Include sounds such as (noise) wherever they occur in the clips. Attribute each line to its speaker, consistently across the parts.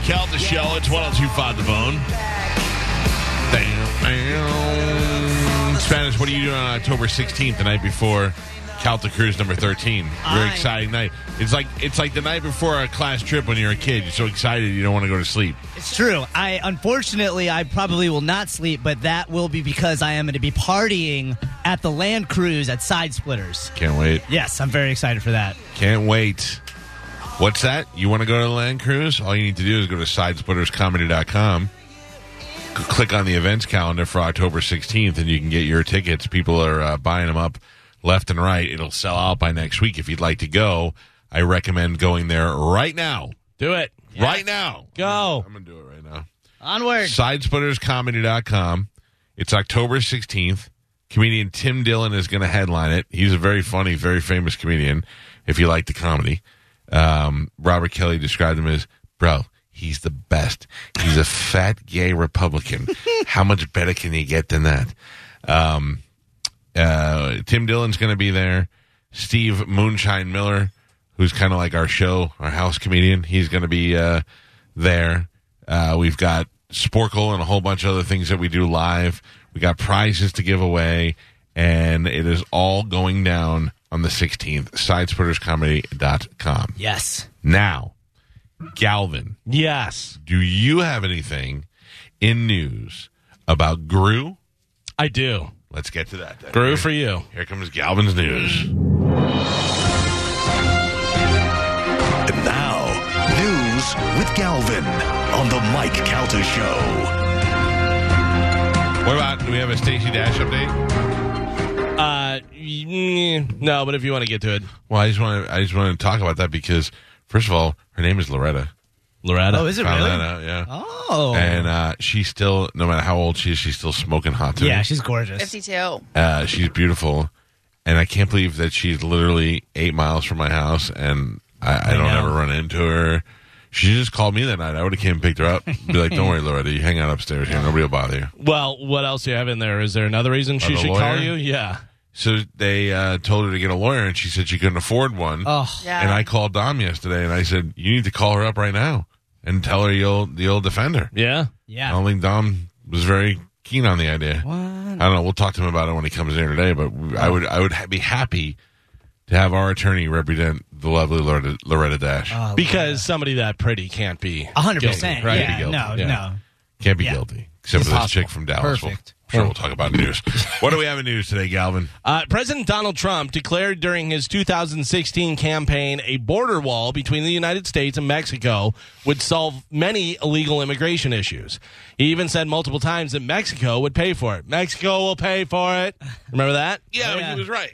Speaker 1: Michelle. It's 1025 The Bone. Bam, bam. Spanish, what are you doing on October 16th, the night before Calta Cruise number 13? Very
Speaker 2: I-
Speaker 1: exciting night. It's like it's like the night before a class trip when you're a kid. You're so excited you don't want to go to sleep.
Speaker 2: It's true. I unfortunately I probably will not sleep, but that will be because I am going to be partying at the land cruise at Side Splitters.
Speaker 1: Can't wait.
Speaker 2: Yes, I'm very excited for that.
Speaker 1: Can't wait. What's that? You want to go to the land cruise? All you need to do is go to sidesplitterscomedy.com. c- Click on the events calendar for October 16th, and you can get your tickets. People are uh, buying them up left and right. It'll sell out by next week. If you'd like to go, I recommend going there right now.
Speaker 3: Do it.
Speaker 1: Right now.
Speaker 3: Go.
Speaker 1: I'm going to do it right now.
Speaker 2: Onward.
Speaker 1: Sidesplitterscomedy.com. It's October 16th. Comedian Tim Dillon is going to headline it. He's a very funny, very famous comedian if you like the comedy. Um, Robert Kelly described him as, bro, he's the best. He's a fat gay Republican. How much better can you get than that? Um, uh, Tim Dillon's going to be there. Steve Moonshine Miller, who's kind of like our show, our house comedian, he's going to be uh, there. Uh, we've got Sporkle and a whole bunch of other things that we do live. We got prizes to give away, and it is all going down on the 16th. Sidesplitterscomedy.com.
Speaker 2: Yes.
Speaker 1: Now, Galvin,
Speaker 3: Yes.
Speaker 1: do you have anything in news about Gru?
Speaker 3: I do.
Speaker 1: Let's get to that. then.
Speaker 3: Grew for you.
Speaker 1: Here comes Galvin's news.
Speaker 4: And now, news with Galvin on the Mike Calter Show.
Speaker 1: What about do we have a Stacey Dash update?
Speaker 3: Uh, mm, no, but if you want to get to it,
Speaker 1: Well, I just want to I just want to talk about that because first of all, her name is Loretta.
Speaker 3: Loretta.
Speaker 2: Oh, is it
Speaker 1: Found
Speaker 2: really?
Speaker 1: that out, yeah.
Speaker 2: Oh.
Speaker 1: And uh, she's still, no matter how old she is, she's still smoking hot. To me.
Speaker 2: yeah, she's gorgeous.
Speaker 5: 52.
Speaker 1: uh, she's beautiful, and I can't believe that she's literally eight miles from my house, and I, I don't
Speaker 2: know.
Speaker 1: ever run into her. She just called me that night. I would have came and picked her up. Be like,
Speaker 3: (laughs)
Speaker 1: don't worry, Loretta, you hang out upstairs here. Nobody will bother you.
Speaker 3: well, what else do you have in there? Is there another reason she
Speaker 1: Another
Speaker 3: should call
Speaker 1: lawyer?
Speaker 3: you? Yeah.
Speaker 1: So they uh, told her to get a lawyer, and she said she couldn't afford one.
Speaker 2: Oh.
Speaker 5: Yeah.
Speaker 1: And I called Dom yesterday, and I said, "You need to call her up right now and tell her you'll you'll defend her."
Speaker 3: Yeah.
Speaker 1: I
Speaker 2: Yeah.
Speaker 1: don't think Dom was very keen on the idea. I don't know. We'll talk to him about it when he comes in today. But w- I would I would ha- be happy to have our attorney represent the lovely Loretta, Loretta Dash.
Speaker 2: Oh,
Speaker 3: Because somebody that pretty can't be
Speaker 2: A hundred
Speaker 3: guilty,
Speaker 2: percent.
Speaker 3: right?
Speaker 2: Yeah.
Speaker 1: Guilty,
Speaker 2: No.
Speaker 3: yeah.
Speaker 2: No.
Speaker 1: Can't be
Speaker 2: yeah.
Speaker 1: guilty except for this
Speaker 3: Impossible.
Speaker 1: chick from Dallas. We'll-
Speaker 2: Perfect.
Speaker 1: I'm sure, we'll talk about news. what do we have in news today, Galvin?
Speaker 3: Uh, President Donald Trump declared during his 2016 campaign a border wall between the United States and Mexico would solve many illegal immigration issues. He even said multiple times that Mexico would pay for it. Mexico will pay for it. Remember that?
Speaker 1: Yeah,
Speaker 2: Yeah. he was
Speaker 1: right.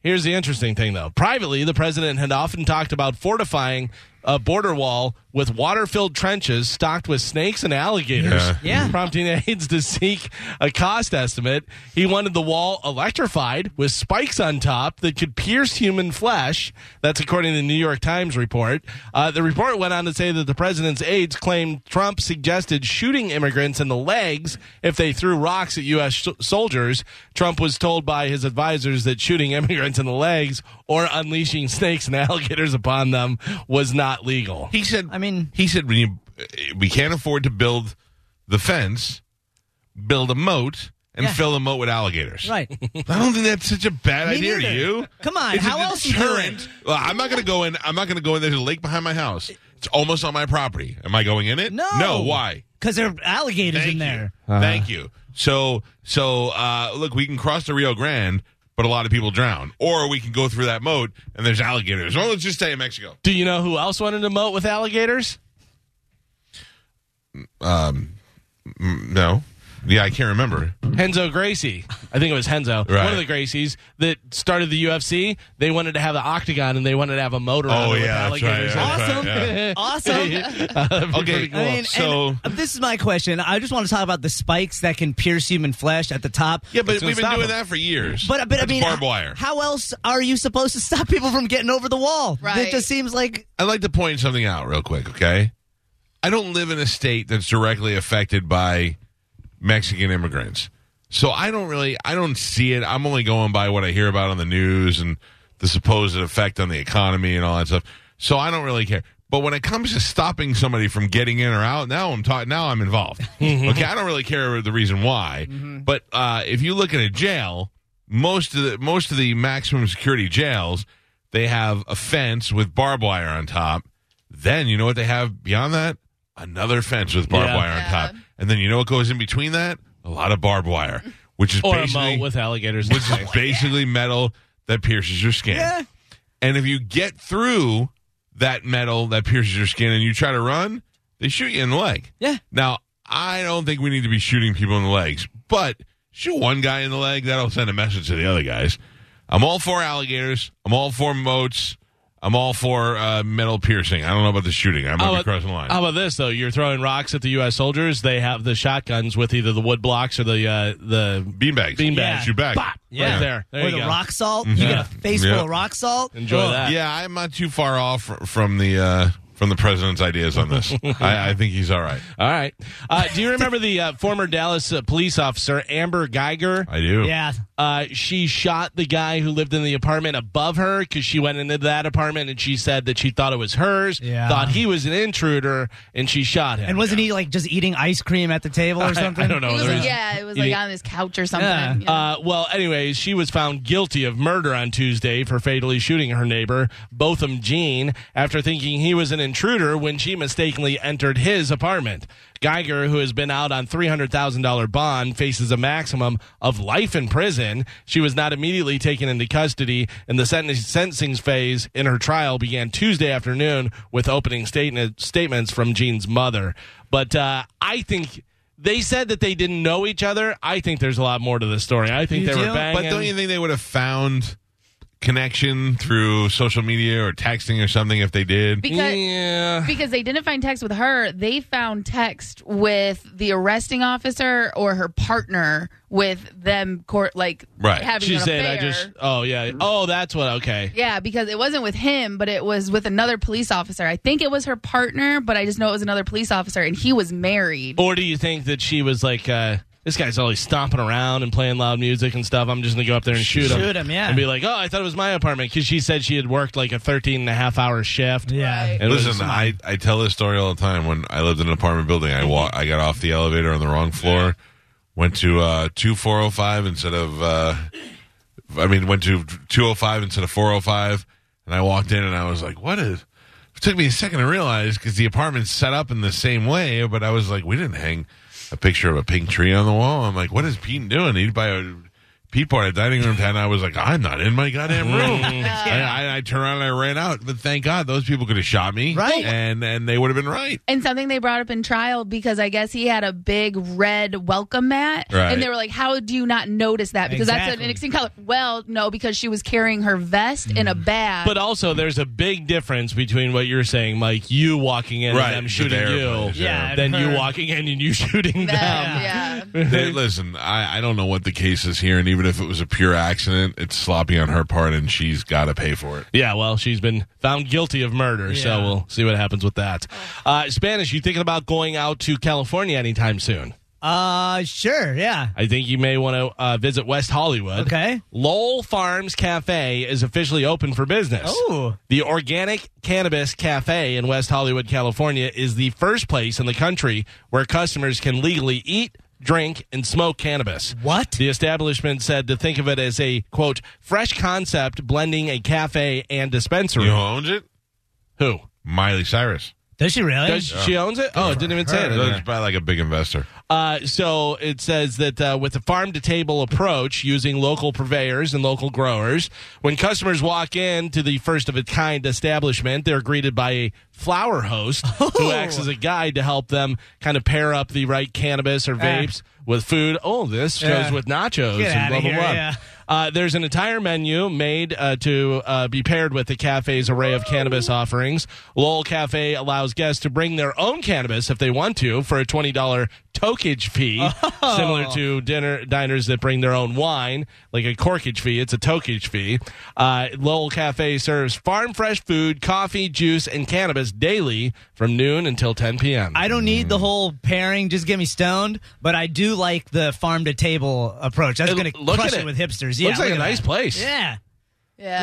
Speaker 3: Here's the interesting thing, though. Privately, the president had often talked about fortifying a border wall with water filled trenches stocked with snakes and alligators,
Speaker 1: Yeah.
Speaker 2: Yeah.
Speaker 3: prompting (laughs) aides to seek a cost estimate. He wanted the wall electrified with spikes on top that could pierce human flesh. That's according to the New York Times report. Uh, the report went on to say that the president's aides claimed Trump suggested shooting immigrants in the legs if they threw rocks at U.S. sh- soldiers. Trump was told by his advisors that shooting (laughs) immigrants in the legs or unleashing snakes and (laughs) alligators upon them was not legal.
Speaker 1: He said.
Speaker 2: I mean-
Speaker 1: he said we, we can't afford to build the fence, build a moat, and
Speaker 2: Yeah.
Speaker 1: fill the moat with alligators.
Speaker 2: Right.
Speaker 1: (laughs) I don't think that's such a bad
Speaker 2: Me
Speaker 1: idea.
Speaker 2: neither.
Speaker 1: You
Speaker 2: Come on,
Speaker 1: It's a
Speaker 2: how else you do
Speaker 1: deterrent.
Speaker 2: it?
Speaker 1: Well, I'm not going to go in. I'm not going to go in. There's a lake behind my house. It's almost on my property. Am I going in it?
Speaker 2: No.
Speaker 1: No. Why?
Speaker 2: Because there are alligators
Speaker 1: Thank
Speaker 2: in there.
Speaker 1: you.
Speaker 3: Uh-huh.
Speaker 1: Thank you. So so uh, look, we can cross the Rio Grande, but a lot of people drown. Or we can go through that moat and there's alligators. Well, let's just stay in Mexico.
Speaker 3: Do you know who else wanted a moat with alligators?
Speaker 1: No. Yeah, I can't remember.
Speaker 3: Henzo Gracie. I think it was Henzo.
Speaker 1: Right.
Speaker 3: One of the Gracies that started the UFC. They wanted to have the octagon and they wanted to have a motor
Speaker 1: Oh,
Speaker 3: it with
Speaker 1: yeah, that's right,
Speaker 3: alligators.
Speaker 1: yeah.
Speaker 2: Awesome.
Speaker 1: yeah.
Speaker 2: (laughs) Awesome.
Speaker 1: Okay.
Speaker 2: I mean,
Speaker 1: so
Speaker 2: and uh, this is my question. I just want to talk about the spikes that can pierce human flesh at the top.
Speaker 1: yeah, but
Speaker 3: It's gonna
Speaker 1: we've been
Speaker 3: stop
Speaker 1: doing
Speaker 3: him.
Speaker 1: that for years.
Speaker 2: But but I
Speaker 1: That's
Speaker 2: mean,
Speaker 1: barbed wire.
Speaker 2: How else are you supposed to stop people from getting over the wall? It
Speaker 5: Right.
Speaker 2: just seems like
Speaker 1: I'd like to point something out real quick, okay? I don't live in a state that's directly affected by Mexican immigrants. So I don't really I don't see it. I'm only going by what I hear about on the news and the supposed effect on the economy and all that stuff. So I don't really care. But when it comes to stopping somebody from getting in or out, now I'm ta- now I'm involved. okay, I don't really care the reason why. But uh, if you look at a jail, most of the most of the maximum security jails, they have a fence with barbed wire on top. Then you know what they have beyond that? Another fence with barbed
Speaker 3: Yeah.
Speaker 1: wire on
Speaker 5: Yeah.
Speaker 1: top. And then you know what goes in between that? A lot of barbed wire, which is
Speaker 3: Or a
Speaker 1: basically
Speaker 3: moat with alligators.
Speaker 1: which is basically metal that pierces your skin. And if you get through that metal that pierces your skin and you try to run, they shoot you in the leg.
Speaker 2: Yeah.
Speaker 1: Now, I don't think we need to be shooting people in the legs, but shoot one guy in the leg, that'll send a message to the other guys. I'm all for alligators. I'm all for moats. I'm all for uh, metal piercing. I don't know about the shooting. I might be crossing the line.
Speaker 3: How about this though? You're throwing rocks at the U.S. soldiers. They have the shotguns with either the wood blocks or the uh, the
Speaker 1: Beanbags.
Speaker 3: Beanbags.
Speaker 1: Yeah. Shoot back.
Speaker 3: Bop!
Speaker 2: Yeah.
Speaker 3: right there. There
Speaker 2: or
Speaker 3: you
Speaker 2: the
Speaker 3: go.
Speaker 2: rock salt. You get a face
Speaker 1: Yeah.
Speaker 2: full of rock salt. Oh,
Speaker 3: Enjoy
Speaker 2: Ugh.
Speaker 3: that.
Speaker 1: Yeah, I'm not too far off fr- from the uh, from the president's ideas on this. I, I think he's all right.
Speaker 3: All right. Uh, do you remember the uh, former Dallas uh, police officer Amber Geiger?
Speaker 1: I do.
Speaker 2: Yeah.
Speaker 3: Uh, she shot the guy who lived in the apartment above her because she went into that apartment and she said that she thought it was hers,
Speaker 2: Yeah.
Speaker 3: thought he was an intruder, and she shot him.
Speaker 2: And wasn't he like just eating ice cream at the table or something?
Speaker 3: I don't know.
Speaker 5: It was,
Speaker 3: There
Speaker 5: like-
Speaker 3: is-
Speaker 5: yeah, it was
Speaker 3: you
Speaker 5: like
Speaker 3: didn't-
Speaker 5: on his couch or something.
Speaker 2: Yeah.
Speaker 5: you know.
Speaker 3: Uh, well, anyways, she was found guilty of murder on Tuesday for fatally shooting her neighbor, Botham Jean, after thinking he was an intruder when she mistakenly entered his apartment. Geiger, who has been out on $300,000 bond, faces a maximum of life in prison. She was not immediately taken into custody, and the senten- sentencing phase in her trial began Tuesday afternoon with opening statement- statements from Jean's mother. But uh, I think. They said that they didn't know each other. I think there's a lot more to this story. I think
Speaker 2: You
Speaker 3: they were
Speaker 2: do?
Speaker 3: banging.
Speaker 1: But don't you think they would have found connection through social media or texting or something if they did?
Speaker 5: because
Speaker 3: yeah.
Speaker 5: because they didn't find text with her, they found text with the arresting officer or her partner with them court like
Speaker 1: Right.
Speaker 5: having
Speaker 3: She
Speaker 5: an
Speaker 3: said,
Speaker 5: affair.
Speaker 3: "I just." Oh yeah. Oh, that's what. Okay.
Speaker 5: Yeah, because it wasn't with him, but it was with another police officer. I think it was her partner, but I just know it was another police officer, and he was married.
Speaker 3: Or do you think that she was like, uh, "This guy's always stomping around and playing loud music and stuff. I'm just gonna go up there and shoot him."
Speaker 2: Shoot him, yeah.
Speaker 3: And be like, "Oh, I thought it was my apartment," because she said she had worked like a 13 and a half hour shift.
Speaker 2: Yeah.
Speaker 5: Right.
Speaker 3: It was-
Speaker 1: Listen, I, I tell this story all the time. When I lived in an apartment building, I wa- I got off the elevator on the wrong floor, went to uh, two four oh five instead of uh, I mean went to two oh five instead of four oh five, and I walked in and I was like, what is? It took me a second to realize because the apartment's set up in the same way, but I was like, we didn't hang a picture of a pink tree on the wall. I'm like, what is Pete doing? He'd buy a Pete bought a dining room tent. I was like, I'm not in my goddamn room. I, I, I turned around and I ran out, but thank God those people could have shot me,
Speaker 2: Right.
Speaker 1: And and they would have been right.
Speaker 5: And something they brought up in trial because I guess he had a big red welcome mat.
Speaker 1: Right.
Speaker 5: And they were like, How do you not notice that? Because that's
Speaker 2: Exactly.
Speaker 5: an extinct color. Well, no, because she was carrying her vest in
Speaker 1: Mm.
Speaker 5: a bag.
Speaker 1: um,
Speaker 3: But also, there's a big difference between what you're saying, Mike. You walking in and them shooting
Speaker 1: There,
Speaker 3: you,
Speaker 1: but-
Speaker 2: Yeah.
Speaker 3: then you
Speaker 2: Her-
Speaker 3: walking in and you (laughs) shooting
Speaker 5: That-
Speaker 3: them.
Speaker 1: (laughs)
Speaker 5: yeah.
Speaker 1: They- listen, I, I don't know what the case is here, and even if it was a pure accident, it's sloppy on her part, and she's got to pay for it.
Speaker 3: Yeah, well, she's been found guilty of murder, so
Speaker 2: Yeah. Oh.
Speaker 3: we'll see what happens with that. Uh, Spanish, you thinking about going out to California anytime soon?
Speaker 2: Uh, sure. Yeah.
Speaker 3: I think you may want to uh, visit West Hollywood.
Speaker 2: Okay.
Speaker 3: Lowell Farms Cafe is officially open for business.
Speaker 2: Oh.
Speaker 3: The Organic Cannabis Cafe in West Hollywood, California is the first place in the country where customers can legally eat, drink, and smoke cannabis.
Speaker 2: What?
Speaker 3: The establishment said to think of it as a, quote, fresh concept blending a cafe and dispensary.
Speaker 1: You know who owns it?
Speaker 3: Who?
Speaker 1: Miley Cyrus.
Speaker 2: Does she really?
Speaker 3: Does she owns it? Oh, it didn't even say it. in
Speaker 1: That's
Speaker 3: there.
Speaker 1: probably like a big investor.
Speaker 3: Uh, so it says that uh, with the farm to table approach, using local purveyors and local growers, when customers walk in to the first of its kind establishment, they're greeted by a flower host
Speaker 2: Oh.
Speaker 3: who acts as a guide to help them kind of pair up the right cannabis or vapes with food. Oh, this goes
Speaker 2: Yeah.
Speaker 3: with nachos
Speaker 2: Eh. Get outta
Speaker 3: and blah blah
Speaker 2: here,
Speaker 3: blah.
Speaker 2: yeah.
Speaker 3: Uh, there's an entire menu made uh, to uh, be paired with the cafe's array of cannabis offerings. Lowell Cafe allows guests to bring their own cannabis if they want to for a $20 tokage fee,
Speaker 2: Oh.
Speaker 3: similar to dinner diners that bring their own wine, like a corkage fee. It's a tokage fee. Uh, Lowell Cafe serves farm fresh food, coffee, juice, and cannabis daily from noon until 10 p.m.
Speaker 2: I don't need the
Speaker 3: Mm.
Speaker 2: whole pairing. Just get me stoned. But I do like the farm to table approach. That's
Speaker 3: It-
Speaker 2: going to
Speaker 3: look
Speaker 2: crush
Speaker 3: at
Speaker 2: it.
Speaker 3: it.
Speaker 2: with hipsters. Yeah,
Speaker 3: Looks like
Speaker 2: look
Speaker 3: a
Speaker 2: at
Speaker 3: nice
Speaker 2: that.
Speaker 3: place.
Speaker 2: Yeah.
Speaker 5: Yeah.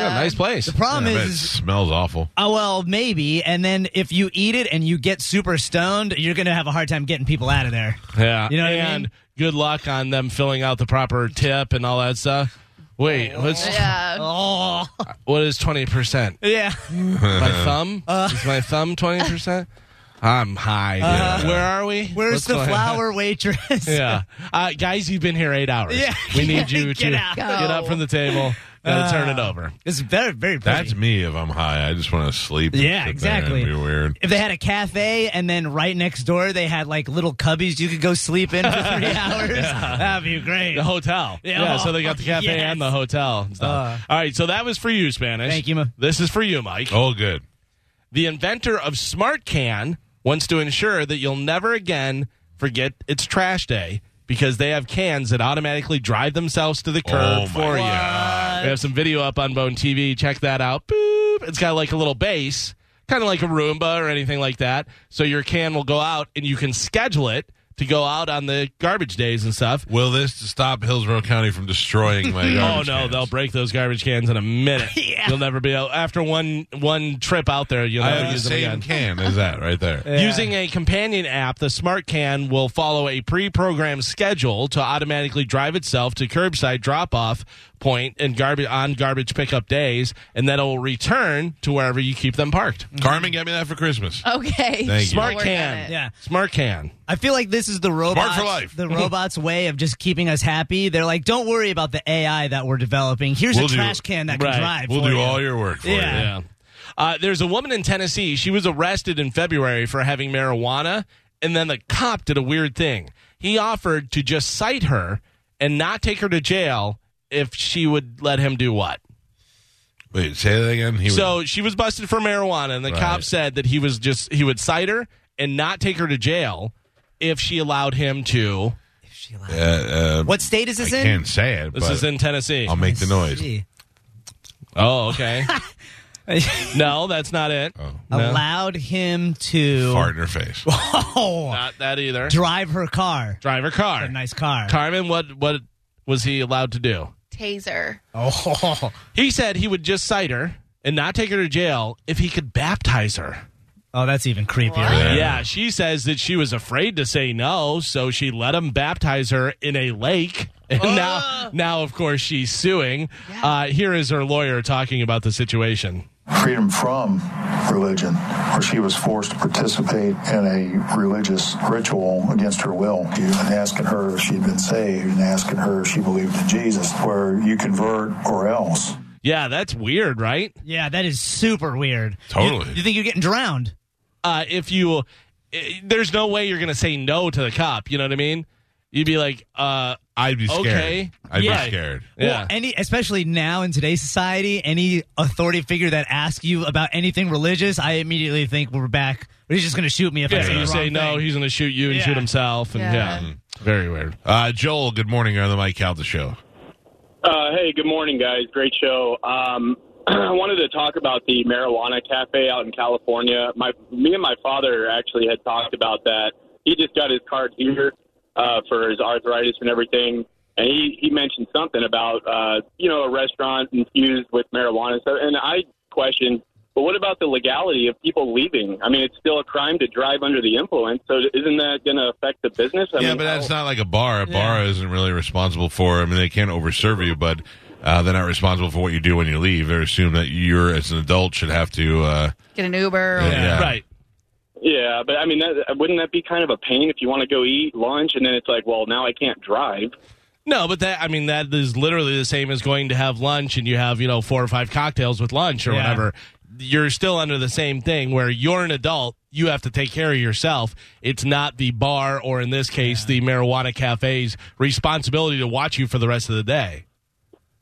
Speaker 1: (laughs)
Speaker 3: Yeah, nice place.
Speaker 2: The problem
Speaker 1: I bet
Speaker 2: is,
Speaker 1: it
Speaker 2: is
Speaker 1: smells awful.
Speaker 2: Oh, well, maybe. And then if you eat it and you get super stoned, you're going to have a hard time getting people out of there.
Speaker 3: Yeah.
Speaker 2: You know what I
Speaker 3: and
Speaker 2: mean?
Speaker 3: good luck on them filling out the proper tip and all that stuff. Wait, what's
Speaker 5: Yeah.
Speaker 2: Oh,
Speaker 3: what is twenty percent?
Speaker 2: yeah.
Speaker 3: My
Speaker 2: Uh-huh.
Speaker 3: thumb is my thumb twenty percent. I'm high. dude. Where are we?
Speaker 2: Uh-huh. Where's
Speaker 3: What's
Speaker 2: the
Speaker 3: going on?
Speaker 2: flower waitress?
Speaker 3: (laughs) Yeah, uh, guys, you've been here eight hours.
Speaker 2: Yeah.
Speaker 3: we
Speaker 2: (laughs)
Speaker 3: need you
Speaker 2: Get
Speaker 3: to
Speaker 2: out. Uh.
Speaker 3: get up from the table. Gotta turn it over.
Speaker 2: It's very, very pretty.
Speaker 1: That's me if I'm high. I just want to sleep. and
Speaker 2: Yeah,
Speaker 1: sit there and
Speaker 2: exactly.
Speaker 1: Be weird.
Speaker 2: if they had a cafe and then right next door they had like little cubbies you could go sleep in for
Speaker 3: (laughs)
Speaker 2: three hours, that'd be great.
Speaker 3: The hotel.
Speaker 2: Yeah.
Speaker 3: so they got the cafe
Speaker 2: Yes. Uh.
Speaker 3: and the hotel. and stuff. All right, so that was for you, Spanish.
Speaker 2: Thank you, Ma-
Speaker 3: This is for you, Mike.
Speaker 1: Oh, good.
Speaker 3: The inventor of Smart Can wants to ensure that you'll never again forget it's trash day because they have cans that automatically drive themselves to the curb
Speaker 1: Oh, my
Speaker 3: for you.
Speaker 1: God.
Speaker 3: We have some video up on Bone TV. Check that out. Boop. It's got like a little base, kind of like a Roomba or anything like that. So your can will go out and you can schedule it to go out on the garbage days and stuff.
Speaker 1: Will this stop Hillsborough County from destroying
Speaker 3: (laughs)
Speaker 1: my
Speaker 3: Oh no,
Speaker 1: garbage cans?
Speaker 3: they'll break those garbage cans in
Speaker 1: (laughs)
Speaker 3: a minute.
Speaker 2: Yeah.
Speaker 3: You'll never be able, after one one trip out there. You'll
Speaker 1: I
Speaker 3: never
Speaker 1: have the
Speaker 3: use them again.
Speaker 1: same can as that right
Speaker 3: (laughs)
Speaker 1: there.
Speaker 3: Using a companion app, the Smart Can will follow a pre-programmed schedule to automatically drive itself to curbside drop-off point and garbage on garbage pickup days, and then it will return to wherever you keep them parked.
Speaker 1: Carmen got me that for Christmas.
Speaker 5: Okay.
Speaker 1: Thank you.
Speaker 3: Smart
Speaker 5: We'll work on
Speaker 3: Can,
Speaker 5: it.
Speaker 2: Yeah.
Speaker 3: Smart Can.
Speaker 2: I feel like this is the robots,
Speaker 1: for life. (laughs)
Speaker 2: the robots' way of just keeping us happy. They're like, don't worry about the AI that we're developing. Here's
Speaker 1: We'll
Speaker 2: a
Speaker 1: do-
Speaker 2: trash can that can
Speaker 3: right.
Speaker 2: drive.
Speaker 1: We'll
Speaker 2: for
Speaker 1: do
Speaker 2: you.
Speaker 1: all your work for
Speaker 2: Yeah.
Speaker 1: you.
Speaker 3: Yeah. Uh, there's a woman in Tennessee. She was arrested in February for having marijuana, and then the cop did a weird thing. He offered to just cite her and not take her to jail if she would let him do what.
Speaker 1: Wait, say that again. He was,
Speaker 3: So she was busted for marijuana, and the
Speaker 1: Right.
Speaker 3: cop said that he was just he would cite her and not take her to jail if she allowed him to.
Speaker 1: uh, uh,
Speaker 2: What state is
Speaker 1: I
Speaker 2: this in?
Speaker 1: can't say it.
Speaker 3: This
Speaker 1: but
Speaker 3: is in Tennessee.
Speaker 1: I'll make the noise.
Speaker 2: See.
Speaker 3: oh,
Speaker 1: (laughs)
Speaker 3: okay. no, that's not it. No.
Speaker 2: Allowed him to
Speaker 1: Oh, Fart in her face.
Speaker 2: (laughs) Oh,
Speaker 3: Not that either.
Speaker 2: drive her car.
Speaker 3: Drive her car.
Speaker 2: A nice car.
Speaker 3: Carmen, what what was he allowed to do?
Speaker 5: Taser.
Speaker 2: Oh,
Speaker 3: He said he would just cite her and not take her to jail if he could baptize her.
Speaker 2: oh, that's even creepier.
Speaker 1: Yeah.
Speaker 3: Yeah, she says that she was afraid to say no, so she let him baptize her in a lake. (laughs) And now, now, of course, she's suing. Uh, here is her lawyer talking about the situation.
Speaker 6: freedom from religion, where she was forced to participate in a religious ritual against her will, and asking her if she'd been saved, and asking her if she believed in Jesus, where you convert or else.
Speaker 3: Yeah, that's weird, right?
Speaker 2: Yeah, that is super weird.
Speaker 1: Totally.
Speaker 2: You, you think you're getting drowned?
Speaker 3: Uh, if you, i there's no way you're going to say no to the cop. You know what I mean? You'd be like, uh,
Speaker 1: I'd be scared.
Speaker 3: Okay.
Speaker 1: I'd
Speaker 3: Yeah.
Speaker 1: be scared.
Speaker 3: yeah.
Speaker 2: Any, especially now in today's society, any authority figure that asks you about anything religious, I immediately think we're back. He's just going to shoot me if I
Speaker 3: yeah,
Speaker 2: say
Speaker 3: you
Speaker 2: the
Speaker 3: say
Speaker 2: wrong
Speaker 3: no,
Speaker 2: thing.
Speaker 3: he's going to shoot you and
Speaker 2: Yeah.
Speaker 3: shoot himself. And yeah.
Speaker 5: Yeah.
Speaker 7: Mm-hmm.
Speaker 3: very weird.
Speaker 1: Uh, Joel, good morning. You're on the Mike Calda show.
Speaker 7: Uh, hey, good morning, guys. Great show. Um, (clears throat) I wanted to talk about the marijuana cafe out in California. My, me and my father actually had talked about that. He just got his card here uh, for his arthritis and everything, and he he mentioned something about uh, you know a restaurant infused with marijuana. So, and I questioned, but what about the legality of people leaving? I mean, it's still a crime to drive under the influence. So, isn't that going to affect the business? I
Speaker 1: yeah,
Speaker 7: mean,
Speaker 1: but that's
Speaker 7: how-
Speaker 1: not like a bar. A bar isn't really responsible for. I mean, they can't overserve you, but uh, they're not responsible for what you do when you leave. They assume that you're, as an adult, should have to. Uh,
Speaker 5: Get an Uber. or-
Speaker 1: Yeah.
Speaker 3: Right.
Speaker 7: Yeah, but I mean, that, wouldn't that be kind of a pain if you want to go eat lunch and then it's like, well, now I can't drive.
Speaker 3: No, but that I mean that is literally the same as going to have lunch and you have you know four or five cocktails with lunch or
Speaker 2: Yeah.
Speaker 3: whatever. You're still under the same thing where you're an adult. You have to take care of yourself. It's not the bar or in this case the marijuana cafe's responsibility to watch you for the rest of the day.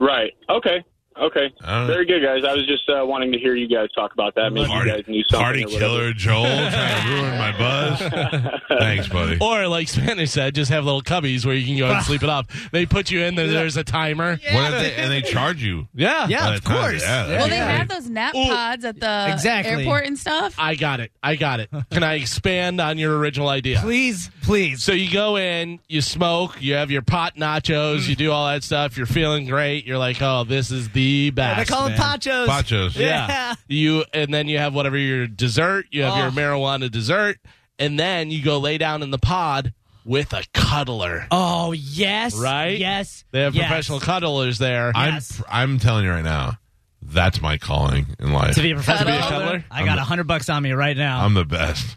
Speaker 7: Right. Okay. Okay.
Speaker 1: All right.
Speaker 7: Very good, guys. I was just uh, wanting to hear you guys talk about that. Maybe
Speaker 1: party
Speaker 7: you guys knew something.
Speaker 1: party
Speaker 7: or whatever.
Speaker 1: killer Joel trying to ruin my
Speaker 7: (laughs)
Speaker 1: buzz. Thanks, buddy.
Speaker 3: Or like Spanish said, just have little cubbies where you can go and sleep it up. They put you in there. There's a timer.
Speaker 1: What if they, and they charge you?
Speaker 3: Yeah.
Speaker 2: Yeah,
Speaker 1: by
Speaker 2: of
Speaker 1: the time-
Speaker 2: course.
Speaker 1: Yeah,
Speaker 5: Well,
Speaker 1: that'd be
Speaker 5: they have
Speaker 1: great.
Speaker 5: those nap pods at the
Speaker 2: Exactly.
Speaker 5: airport and stuff.
Speaker 3: I got it. I got it. Can I expand on your original idea?
Speaker 2: Please, please.
Speaker 3: So you go in, you smoke, you have your pot nachos, you do all that stuff. You're feeling great. You're like, oh, this is the the best.
Speaker 2: They call them
Speaker 3: man.
Speaker 2: (laughs) pachos.
Speaker 1: Pachos.
Speaker 3: Yeah.
Speaker 2: Yeah.
Speaker 3: You and then you have whatever your dessert. You have your
Speaker 2: Oh.
Speaker 3: marijuana dessert, and then you go lay down in the pod with a cuddler.
Speaker 2: Oh yes,
Speaker 3: Right?
Speaker 2: Yes,
Speaker 3: They have
Speaker 2: yes.
Speaker 3: professional cuddlers there.
Speaker 1: I'm
Speaker 2: Yes.
Speaker 1: I'm telling you right now, that's my calling in life.
Speaker 2: to be a professional
Speaker 5: Cuddler.
Speaker 2: cuddler. I got a hundred bucks on me right now.
Speaker 1: I'm the best.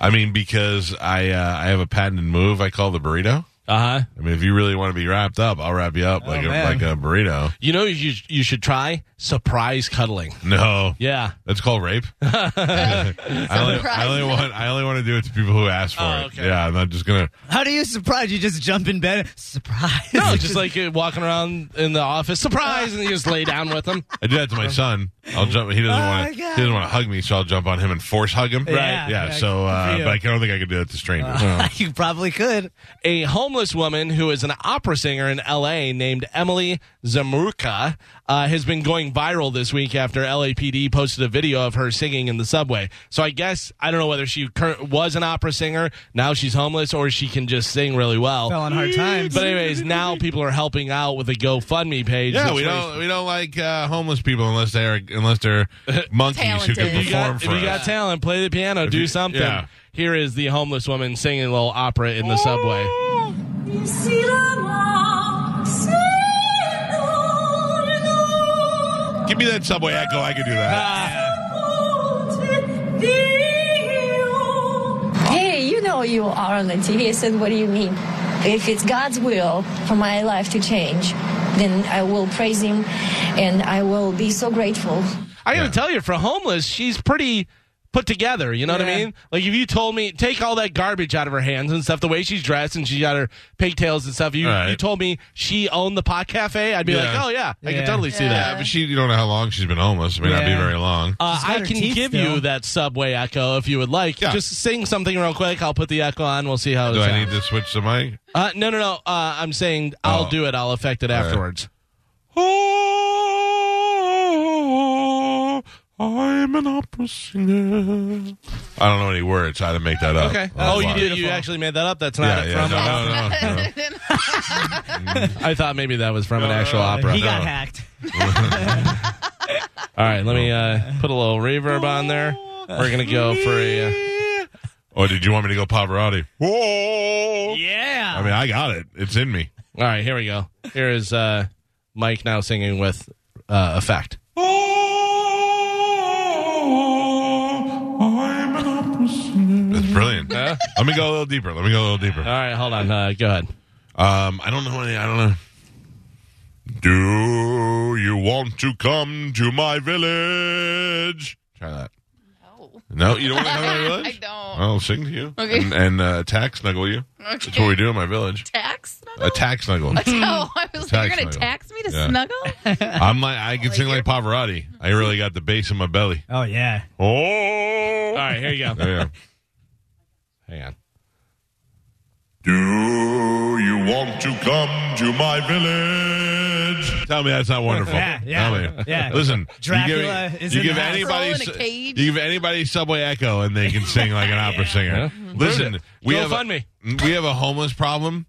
Speaker 1: I mean, because I uh, I have a patented move I call the burrito.
Speaker 3: Uh huh.
Speaker 1: I mean, if you really want to be wrapped up, I'll wrap you up like a,
Speaker 2: Oh, man.
Speaker 1: like a burrito.
Speaker 3: You know you you should try surprise cuddling.
Speaker 1: No,
Speaker 2: (laughs)
Speaker 3: Yeah.
Speaker 1: that's called rape. I, only, I only want I only want to do it to people who ask for
Speaker 3: Oh,
Speaker 1: it.
Speaker 3: okay.
Speaker 1: Yeah, I'm not just gonna.
Speaker 2: How do you surprise? You just jump in bed. Surprise.
Speaker 3: No, just like uh, walking around in the office, surprise, and you just lay down with them.
Speaker 1: I do that to my son. I'll jump. He doesn't
Speaker 2: Oh,
Speaker 1: want to.
Speaker 2: my
Speaker 1: He
Speaker 2: God.
Speaker 1: doesn't want to hug me, so I'll jump on him and force hug him.
Speaker 2: Yeah,
Speaker 1: Yeah.
Speaker 2: yeah,
Speaker 1: so,
Speaker 2: good
Speaker 1: uh,
Speaker 2: for you.
Speaker 1: but I don't think I could do that to strangers.
Speaker 2: (laughs) you probably could.
Speaker 3: a homeless woman who is an opera singer in LA named Emily Zamruka uh, has been going viral this week after LAPD posted a video of her singing in the subway. So I guess I don't know whether she cur- was an opera singer, now she's homeless, or she can just sing really well.
Speaker 2: Fell on hard times.
Speaker 3: But anyways, now people are helping out with a GoFundMe page.
Speaker 1: Yeah,
Speaker 3: that's
Speaker 1: we
Speaker 3: raised-
Speaker 1: don't we don't like uh, homeless people unless they are unless they're monkeys who
Speaker 5: Talented.
Speaker 1: can
Speaker 3: If you
Speaker 1: perform
Speaker 3: got, if
Speaker 1: for
Speaker 3: you got
Speaker 1: us.
Speaker 3: talent, play the piano, do
Speaker 1: you-
Speaker 3: something.
Speaker 1: yeah.
Speaker 3: Here is the homeless woman singing a little opera in the subway.
Speaker 1: Give me that subway echo. I could do that.
Speaker 8: Hey, you know you are on the TV. I said, what do you mean? If it's God's will for my life to change, then I will praise Him and I will be so grateful.
Speaker 3: I got to tell you, for homeless, she's pretty put together. You know what I
Speaker 2: Yeah.
Speaker 3: mean? Like if you told me take all that garbage out of her hands and stuff, the way she's dressed and she got her pigtails and stuff. You
Speaker 1: All right.
Speaker 3: you told me she owned the pot cafe, I'd be
Speaker 1: Yeah.
Speaker 3: like, oh yeah, I
Speaker 2: Yeah.
Speaker 3: can totally see
Speaker 1: Yeah,
Speaker 3: that.
Speaker 1: but she you don't know how long she's been homeless. It may not be
Speaker 2: Yeah.
Speaker 1: very long.
Speaker 3: Uh,
Speaker 2: She's got
Speaker 3: I
Speaker 2: her
Speaker 3: can
Speaker 2: teeth
Speaker 3: give
Speaker 2: still.
Speaker 3: you that subway echo if you would like.
Speaker 1: Yeah.
Speaker 3: Just sing something real quick. I'll put the echo on. We'll see how it
Speaker 1: do I
Speaker 3: sounds.
Speaker 1: need to switch the mic?
Speaker 3: uh, no, no, no. Uh, I'm saying I'll
Speaker 1: Oh.
Speaker 3: do it. I'll affect it
Speaker 1: right.
Speaker 3: afterwards.
Speaker 1: Oh, I'm an opera singer. I don't know any words. I had to make that up.
Speaker 3: Okay.
Speaker 1: That's
Speaker 3: oh, you
Speaker 1: why.
Speaker 3: did. You actually made that up. That's
Speaker 1: Yeah,
Speaker 3: not
Speaker 1: yeah.
Speaker 3: from.
Speaker 1: No, no, no, no.
Speaker 5: (laughs)
Speaker 3: I thought maybe that was from an
Speaker 1: No, no,
Speaker 3: actual
Speaker 1: no.
Speaker 3: opera.
Speaker 2: he got
Speaker 1: no.
Speaker 2: hacked.
Speaker 3: All right, let
Speaker 1: (laughs)
Speaker 3: me uh, put a little reverb on there. We're gonna go for a. Uh,
Speaker 1: Or did you want me to go Pavarotti? Whoa!
Speaker 2: Yeah.
Speaker 1: I mean, I got it. It's in me.
Speaker 3: all right, here we go. Here is uh, Mike now singing with uh, effect.
Speaker 1: That's brilliant.
Speaker 3: Yeah.
Speaker 1: Let me go a little deeper. Let me go a little deeper.
Speaker 3: All right, hold on. Uh, go ahead.
Speaker 1: Um, I don't know any. I don't know. Do you want to come to my village? Try that.
Speaker 5: No.
Speaker 1: No, you don't want to
Speaker 5: (laughs)
Speaker 1: come to my
Speaker 5: I
Speaker 1: village.
Speaker 5: don't.
Speaker 1: (laughs) I'll sing to you
Speaker 5: Okay.
Speaker 1: and, and uh, tax snuggle you. That's what we do in my village.
Speaker 5: Tax?
Speaker 1: A
Speaker 5: (laughs)
Speaker 1: tax snuggle.
Speaker 5: Oh, I was like,
Speaker 1: Tax
Speaker 5: you're going
Speaker 1: snuggle.
Speaker 5: to tax me to
Speaker 1: Yeah. (laughs)
Speaker 5: snuggle?
Speaker 1: I'm like I can sing like Pavarotti. I really got the bass in my belly.
Speaker 2: oh yeah.
Speaker 1: Oh,
Speaker 3: All right, here you go.
Speaker 1: Yeah.
Speaker 3: Hang on.
Speaker 1: Do you want to come to my village? Tell me that's not wonderful.
Speaker 2: Yeah, yeah,
Speaker 1: Tell me.
Speaker 2: yeah.
Speaker 1: Listen,
Speaker 2: Dracula
Speaker 1: you give,
Speaker 2: is
Speaker 1: you
Speaker 2: in
Speaker 1: give
Speaker 2: the house.
Speaker 1: anybody
Speaker 5: Roll in a
Speaker 1: s-
Speaker 5: cage.
Speaker 1: you give anybody Subway Echo and they can sing
Speaker 2: (laughs)
Speaker 1: like an opera singer. Listen, we have a,
Speaker 3: GoFundMe.
Speaker 1: we have a homeless problem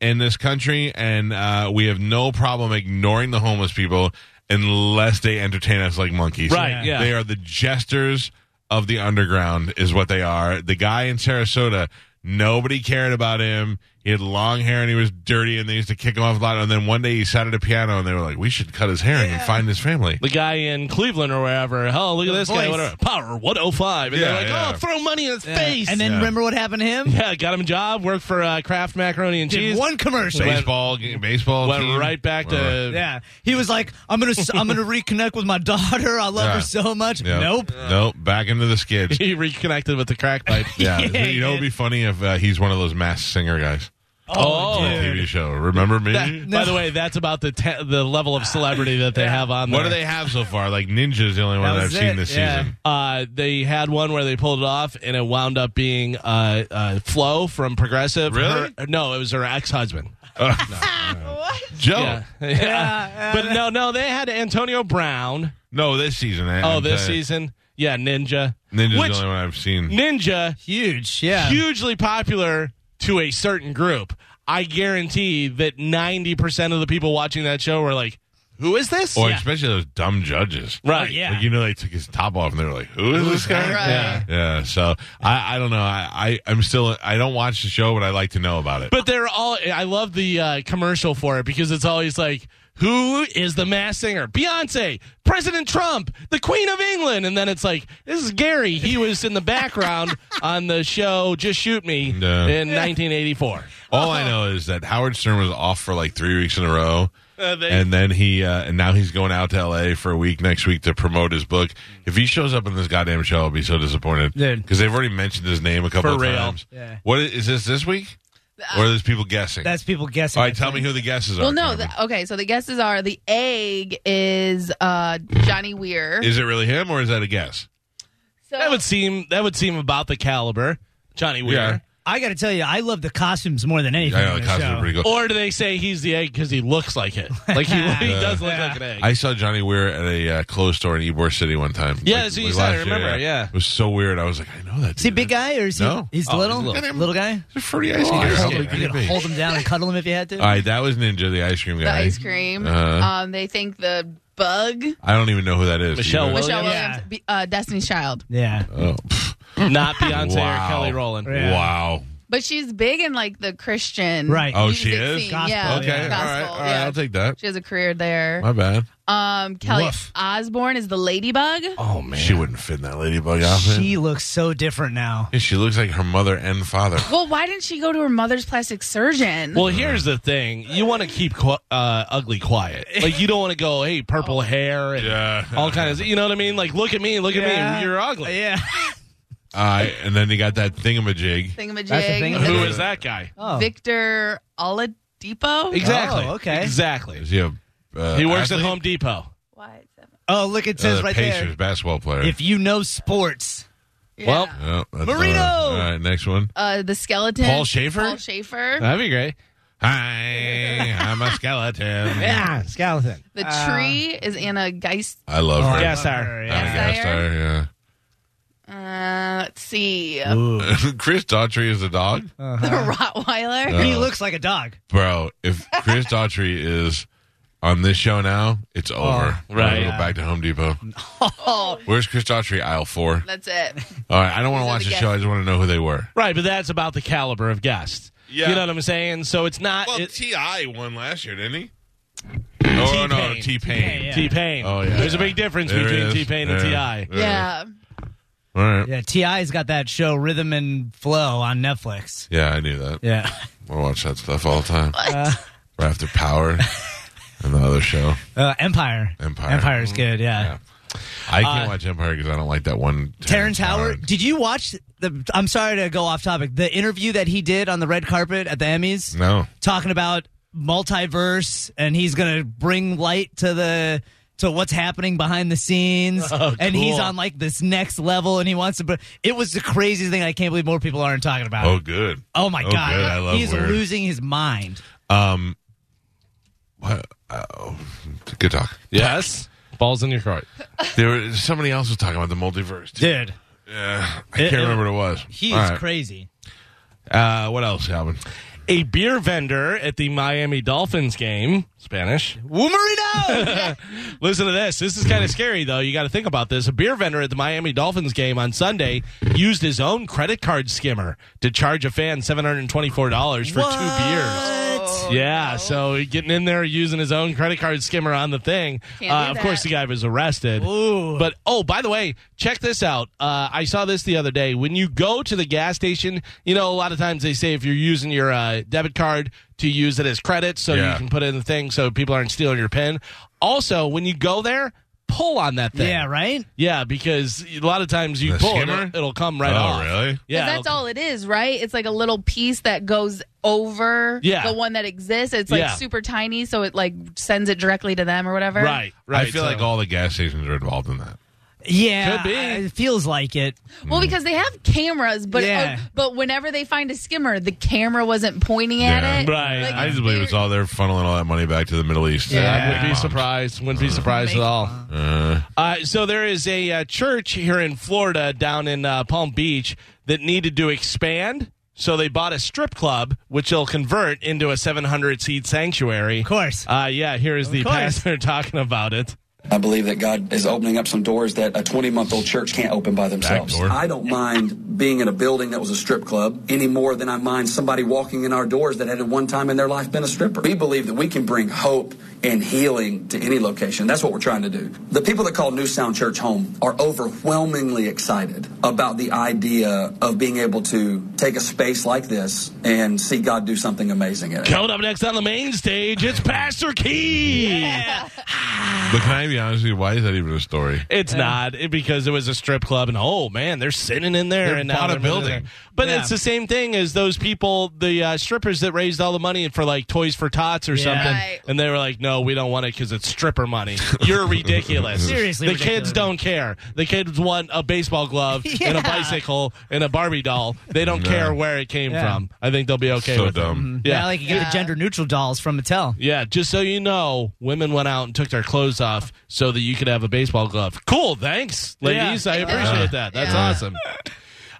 Speaker 1: in this country, and uh, we have no problem ignoring the homeless people unless they entertain us like monkeys.
Speaker 3: Right, yeah.
Speaker 1: They are the jesters of the underground, is what they are. The guy in Sarasota, nobody cared about him. He had long hair and he was dirty, and they used to kick him off a lot. And then one day he sat at a piano, and they were like, "We should cut his hair and find his family."
Speaker 3: The guy in Cleveland or wherever. Oh, look at this guy.
Speaker 2: voice.
Speaker 3: Whatever. Power 105. And
Speaker 1: Yeah,
Speaker 3: they're like,
Speaker 1: yeah.
Speaker 3: oh, throw money in his face.
Speaker 2: And then remember what happened to him?
Speaker 3: yeah, got him a job. Worked for uh, Kraft Macaroni and
Speaker 2: Did
Speaker 3: Cheese.
Speaker 2: one commercial.
Speaker 1: Baseball, game, baseball.
Speaker 3: went
Speaker 1: team.
Speaker 3: right back to.
Speaker 2: Yeah, he was like, "I'm gonna, I'm gonna reconnect with my daughter. I love
Speaker 1: Yeah.
Speaker 2: her so much."
Speaker 1: Yep.
Speaker 2: Nope.
Speaker 1: Nope. Back into the
Speaker 3: (laughs)
Speaker 1: skids.
Speaker 3: (laughs) He reconnected with the crack pipe.
Speaker 1: Yeah,
Speaker 2: Yeah,
Speaker 1: you know, it'd be funny if uh, he's one of those masked singer guys.
Speaker 3: Oh,
Speaker 1: on the TV show. Remember me?
Speaker 3: That- By the way, that's about the te- the level of celebrity that they have on there.
Speaker 1: what do they have so far? Like Ninja's the only one
Speaker 2: That
Speaker 1: that I've
Speaker 2: was
Speaker 1: seen
Speaker 2: it,
Speaker 1: this
Speaker 2: yeah.
Speaker 1: season.
Speaker 3: Uh, they had one where they pulled it off, and it wound up being uh, uh, Flo from Progressive.
Speaker 1: Really?
Speaker 3: Her- no, it was her ex husband.
Speaker 1: Joe, (laughs)
Speaker 3: but no, no, they had Antonio Brown.
Speaker 1: no, this season. I-
Speaker 3: Oh,
Speaker 1: I'm
Speaker 3: this
Speaker 1: telling you.
Speaker 3: season, yeah, Ninja.
Speaker 1: Ninja's
Speaker 3: Which
Speaker 1: the only one I've seen.
Speaker 3: Ninja
Speaker 2: Huge. Yeah.
Speaker 3: hugely popular to a certain group. I guarantee that ninety percent of the people watching that show were like, who is this?
Speaker 1: Or especially those dumb judges.
Speaker 3: Right.
Speaker 2: Oh, yeah.
Speaker 1: Like, you know, they took his top off and they were like, who is this guy?
Speaker 5: Right.
Speaker 1: Yeah. Yeah. So I, I don't know. I, I, I'm still, I don't watch the show, but I like to know about it.
Speaker 3: But they're all. I love the uh, commercial for it because it's always like, "Who is the mass singer? Beyonce, President Trump, the Queen of England," and then it's like, "This is Gary. He was in the background on the show Just Shoot Me
Speaker 1: No.
Speaker 3: in 1984."
Speaker 1: All
Speaker 3: uh-huh.
Speaker 1: I know is that Howard Stern was off for like three weeks in a row.
Speaker 3: Uh, they-
Speaker 1: and then he, uh, and now he's going out to LA for a week next week to promote his book. If he shows up in this goddamn show, I'll be so disappointed.
Speaker 2: Dude.
Speaker 1: Because they've already mentioned his name a couple
Speaker 3: For
Speaker 1: of
Speaker 3: real. Uh,
Speaker 1: times.
Speaker 2: Yeah.
Speaker 1: What is, is this this week? Or are there's people guessing?
Speaker 2: That's people guessing.
Speaker 1: All right, tell me who the guesses are.
Speaker 5: Well, no.
Speaker 1: Carmen.
Speaker 5: The, okay, so the guesses are the egg is uh, Johnny Weir.
Speaker 1: Is it really him or is that a guess?
Speaker 5: so,
Speaker 3: That would seem. That would seem about the caliber, Johnny Weir.
Speaker 1: Yeah.
Speaker 2: I got to tell you, I love the costumes more than anything.
Speaker 1: I know
Speaker 2: on
Speaker 1: the
Speaker 2: the
Speaker 1: costumes
Speaker 2: show.
Speaker 1: are pretty cool.
Speaker 3: Or do they say he's the egg because he looks like it?
Speaker 1: (laughs)
Speaker 3: Like he, he does look like an egg.
Speaker 1: I saw Johnny Weir at a uh, clothes store in Ybor City one time.
Speaker 3: Yeah, that's what you said. I
Speaker 1: last
Speaker 3: remember, yeah.
Speaker 1: It was so weird. I was like, I know that.
Speaker 2: Is he a
Speaker 1: dude.
Speaker 2: big guy or is he?
Speaker 1: No.
Speaker 2: He's
Speaker 1: Oh,
Speaker 2: little,
Speaker 1: he's little.
Speaker 2: little, guy.
Speaker 1: He's a fruity
Speaker 3: Oh,
Speaker 1: ice cream. How big could
Speaker 2: You
Speaker 1: he
Speaker 2: could
Speaker 1: be?
Speaker 2: hold him down and cuddle him if you had to.
Speaker 1: All right, that was Ninja, the ice cream guy.
Speaker 5: the ice cream.
Speaker 1: Uh-huh.
Speaker 5: um, they think the bug.
Speaker 1: I don't even know who that is.
Speaker 3: Michelle
Speaker 1: You know?
Speaker 5: Michelle
Speaker 2: Yeah.
Speaker 5: Williams, be- uh, Destiny's Child,
Speaker 2: yeah.
Speaker 1: Oh, pff,
Speaker 3: Not Beyonce
Speaker 1: Wow.
Speaker 3: or Kelly Rowland.
Speaker 2: Yeah.
Speaker 1: Wow.
Speaker 5: but she's big in like the Christian,
Speaker 2: Right.
Speaker 1: Oh,
Speaker 5: music
Speaker 1: she is?
Speaker 5: scene.
Speaker 2: Gospel,
Speaker 5: yeah,
Speaker 2: Oh,
Speaker 1: Okay.
Speaker 5: gospel,
Speaker 1: All right. All right.
Speaker 5: yeah.
Speaker 1: I'll take that.
Speaker 5: She has a career there.
Speaker 1: My bad.
Speaker 5: Um, Kelly
Speaker 2: Woof.
Speaker 5: Osborne is the ladybug.
Speaker 1: Oh man, she wouldn't fit in that ladybug outfit.
Speaker 2: She looks so different now.
Speaker 1: Yeah, she looks like her mother and
Speaker 3: (laughs)
Speaker 1: father.
Speaker 5: Well, why didn't she go to her mother's plastic surgeon?
Speaker 3: Well, here's the thing: you want to keep qu- uh, ugly quiet. Like you don't want to go, hey, purple hair and
Speaker 1: Yeah.
Speaker 3: all kinds of. You know what I mean? Like, look at me, look at
Speaker 2: Yeah.
Speaker 3: me, you're
Speaker 2: (laughs)
Speaker 3: ugly.
Speaker 2: Yeah.
Speaker 1: Uh, and then you got that thingamajig.
Speaker 5: Thingamajig.
Speaker 2: That's the thing.
Speaker 3: Who is that guy?
Speaker 2: Oh.
Speaker 5: Victor Oladipo.
Speaker 3: Exactly.
Speaker 2: Oh, okay.
Speaker 3: Exactly.
Speaker 1: Is he a? Uh,
Speaker 3: He works
Speaker 1: athlete?
Speaker 3: at Home Depot.
Speaker 5: Why is that-
Speaker 2: Oh, look, it
Speaker 1: Uh,
Speaker 2: says
Speaker 1: the
Speaker 2: right
Speaker 1: Pacers
Speaker 2: there.
Speaker 1: basketball player.
Speaker 2: If you know sports,
Speaker 5: Yeah.
Speaker 3: Well,
Speaker 1: Oh, that's-
Speaker 2: Marino!
Speaker 1: All right, next one.
Speaker 5: uh, the skeleton.
Speaker 1: Paul Schaefer?
Speaker 5: Paul Schaefer.
Speaker 1: Uh,
Speaker 3: That'd be great.
Speaker 1: Hi, (laughs) I'm a skeleton.
Speaker 2: yeah, skeleton.
Speaker 5: the tree is Anna Geist.
Speaker 1: I love her.
Speaker 3: Oh, Yes,
Speaker 2: her,
Speaker 3: sir.
Speaker 1: I'm a
Speaker 2: yeah.
Speaker 1: gas star,
Speaker 5: Uh, let's see.
Speaker 1: yeah. (laughs) Chris Daughtry is the dog,
Speaker 5: (laughs) The Rottweiler.
Speaker 2: He looks like a dog.
Speaker 1: bro. If Chris Daughtry is on this show now, it's over. We're gonna
Speaker 3: right.
Speaker 1: go back to Home Depot.
Speaker 5: Oh,
Speaker 1: Where's Chris Daughtry? Aisle four.
Speaker 5: that's it.
Speaker 1: All right, I don't want to
Speaker 5: These are
Speaker 1: watch
Speaker 5: the
Speaker 1: the show. I just want to know who they were.
Speaker 3: Right, but that's about the caliber of guest.
Speaker 1: Yeah.
Speaker 3: You know what I'm saying? So it's not it,
Speaker 1: Ti won last year, didn't he? Oh no,
Speaker 3: T-Pain.
Speaker 1: T Pain.
Speaker 2: yeah.
Speaker 3: T-Pain.
Speaker 1: Oh, yeah.
Speaker 3: There's a big difference
Speaker 1: There
Speaker 3: between
Speaker 1: is.
Speaker 3: T-Pain and
Speaker 1: There.
Speaker 3: T.I.
Speaker 1: There.
Speaker 5: Yeah.
Speaker 1: All right.
Speaker 2: Yeah, Ti's got that show Rhythm and Flow on Netflix.
Speaker 1: Yeah, I knew that.
Speaker 2: Yeah. (laughs)
Speaker 1: I watch that stuff all the time.
Speaker 5: What?
Speaker 1: Right after
Speaker 5: (laughs)
Speaker 1: Power and the other show.
Speaker 2: Uh, Empire.
Speaker 1: Empire. Mm.
Speaker 2: Empire's good. Yeah.
Speaker 1: Yeah. I can't watch Empire because I don't like that one.
Speaker 2: Terrence Howard. Did you watch the? I'm sorry to go off topic. The interview that he did on the red carpet at the Emmys,
Speaker 1: No.
Speaker 2: talking about multiverse, and he's gonna bring light to the to what's happening behind the scenes,
Speaker 3: Oh,
Speaker 2: and he's
Speaker 3: cool.
Speaker 2: on like this next level, and he wants to. But it was the craziest thing. I can't believe more people aren't talking about.
Speaker 1: Oh,
Speaker 2: it.
Speaker 1: good.
Speaker 2: oh my
Speaker 1: oh,
Speaker 2: god,
Speaker 1: good. I love
Speaker 2: he's
Speaker 1: weird.
Speaker 2: losing his mind.
Speaker 1: Um, what? Oh, good talk.
Speaker 3: Yes. Balls in your court.
Speaker 1: There was somebody else was talking about the multiverse. too.
Speaker 2: Dude,
Speaker 1: Yeah, I
Speaker 2: It-
Speaker 1: can't
Speaker 2: it-
Speaker 1: remember what it was.
Speaker 2: he is
Speaker 1: All right.
Speaker 2: crazy.
Speaker 1: Uh, what else, Calvin?
Speaker 3: A beer vendor at the Miami Dolphins game, Spanish,
Speaker 2: Woomerino!
Speaker 3: (laughs) Listen to this. This is kind of scary, though. You got to think about this. A beer vendor at the Miami Dolphins game on Sunday used his own credit card skimmer to charge a fan $724 for two beers.
Speaker 5: Oh,
Speaker 3: Yeah,
Speaker 5: no.
Speaker 3: so getting in there using his own credit card skimmer on the thing. Uh,
Speaker 5: Can't do
Speaker 3: of
Speaker 5: that.
Speaker 3: course, the guy was arrested.
Speaker 2: Ooh.
Speaker 3: But oh, by the way, check this out. Uh, I saw this the other day. When you go to the gas station, you know, a lot of times they say if you're using your uh, debit card to use it as credit, so
Speaker 1: Yeah.
Speaker 3: you can put it in the thing, so people aren't stealing your pin. Also, when you go there, pull on that thing.
Speaker 2: yeah, right?
Speaker 3: Yeah, because a lot of times you
Speaker 1: The
Speaker 3: pull, it,
Speaker 1: skimmer?
Speaker 3: it'll, it'll come right
Speaker 1: oh,
Speaker 3: off.
Speaker 1: really?
Speaker 3: Yeah,
Speaker 5: that's
Speaker 3: it'll-
Speaker 5: all it is, right? It's like a little piece that goes over
Speaker 3: Yeah.
Speaker 5: the one that exists. It's like
Speaker 3: Yeah.
Speaker 5: super tiny, so it like sends it directly to them or whatever.
Speaker 3: Right, right.
Speaker 1: I feel
Speaker 3: so-
Speaker 1: like all the gas stations are involved in that.
Speaker 2: Yeah.
Speaker 3: Could be.
Speaker 2: It feels like it.
Speaker 1: Mm.
Speaker 5: Well, because they have cameras, but
Speaker 2: Yeah.
Speaker 5: uh, but whenever they find a skimmer, the camera wasn't pointing
Speaker 1: Yeah.
Speaker 5: at it.
Speaker 3: Right.
Speaker 5: Like,
Speaker 1: I
Speaker 5: it's
Speaker 1: just believe it's
Speaker 5: weird.
Speaker 1: all they're funneling all that money back to the Middle East.
Speaker 5: Uh, Yeah.
Speaker 3: Wouldn't be surprised. Wouldn't be surprised at all.
Speaker 1: Uh,
Speaker 3: Uh, so there is a uh, church here in Florida, down in uh, Palm Beach, that needed to expand So they bought a strip club, which they'll convert into a 700 seat sanctuary. Of
Speaker 2: course.
Speaker 3: Uh, yeah, here is the
Speaker 2: course.
Speaker 3: pastor (laughs) talking about it.
Speaker 9: I believe that God is opening up some doors that a 20 month old church can't open by themselves.
Speaker 1: door.
Speaker 9: I don't mind being in a building that was a strip club any more than I mind somebody walking in our doors that had at one time in their life been a stripper. We believe that we can bring hope and healing to any location. That's what we're trying to do. The people that call New Sound Church home are overwhelmingly excited about the idea of being able to take a space like this and see God do something amazing in it.
Speaker 3: Coming up next on the main stage, it's Pastor Key.
Speaker 1: But can I be honest with you? Why is that even a story?
Speaker 3: It's not it, because it was a strip club, and oh man, they're sitting in there
Speaker 1: They
Speaker 3: and
Speaker 1: bought
Speaker 3: now
Speaker 1: a
Speaker 3: they're moving
Speaker 1: building.
Speaker 3: there. But
Speaker 2: Yeah.
Speaker 3: it's the same thing as those people, the uh, strippers that raised all the money for like Toys for Tots or something,
Speaker 5: Right.
Speaker 3: and they were like, "No, we don't want it because it's
Speaker 2: (laughs)
Speaker 3: stripper money. You're ridiculous.
Speaker 2: Seriously
Speaker 3: the
Speaker 2: ridiculous.
Speaker 3: kids don't care. The kids want a baseball
Speaker 2: (laughs)
Speaker 3: glove and
Speaker 2: Yeah.
Speaker 3: a bicycle and a Barbie doll. They don't
Speaker 1: No.
Speaker 3: care where it came
Speaker 2: Yeah.
Speaker 3: from. I think they'll be okay
Speaker 1: so
Speaker 3: with it.
Speaker 1: dumb.
Speaker 2: Yeah,
Speaker 3: Yeah,
Speaker 2: like you get the gender neutral dolls from Mattel.
Speaker 3: yeah, just so you know, women went out and took their clothes off so that you could have a baseball glove. Cool, thanks, ladies. I appreciate that. That's
Speaker 5: Yeah.
Speaker 3: awesome.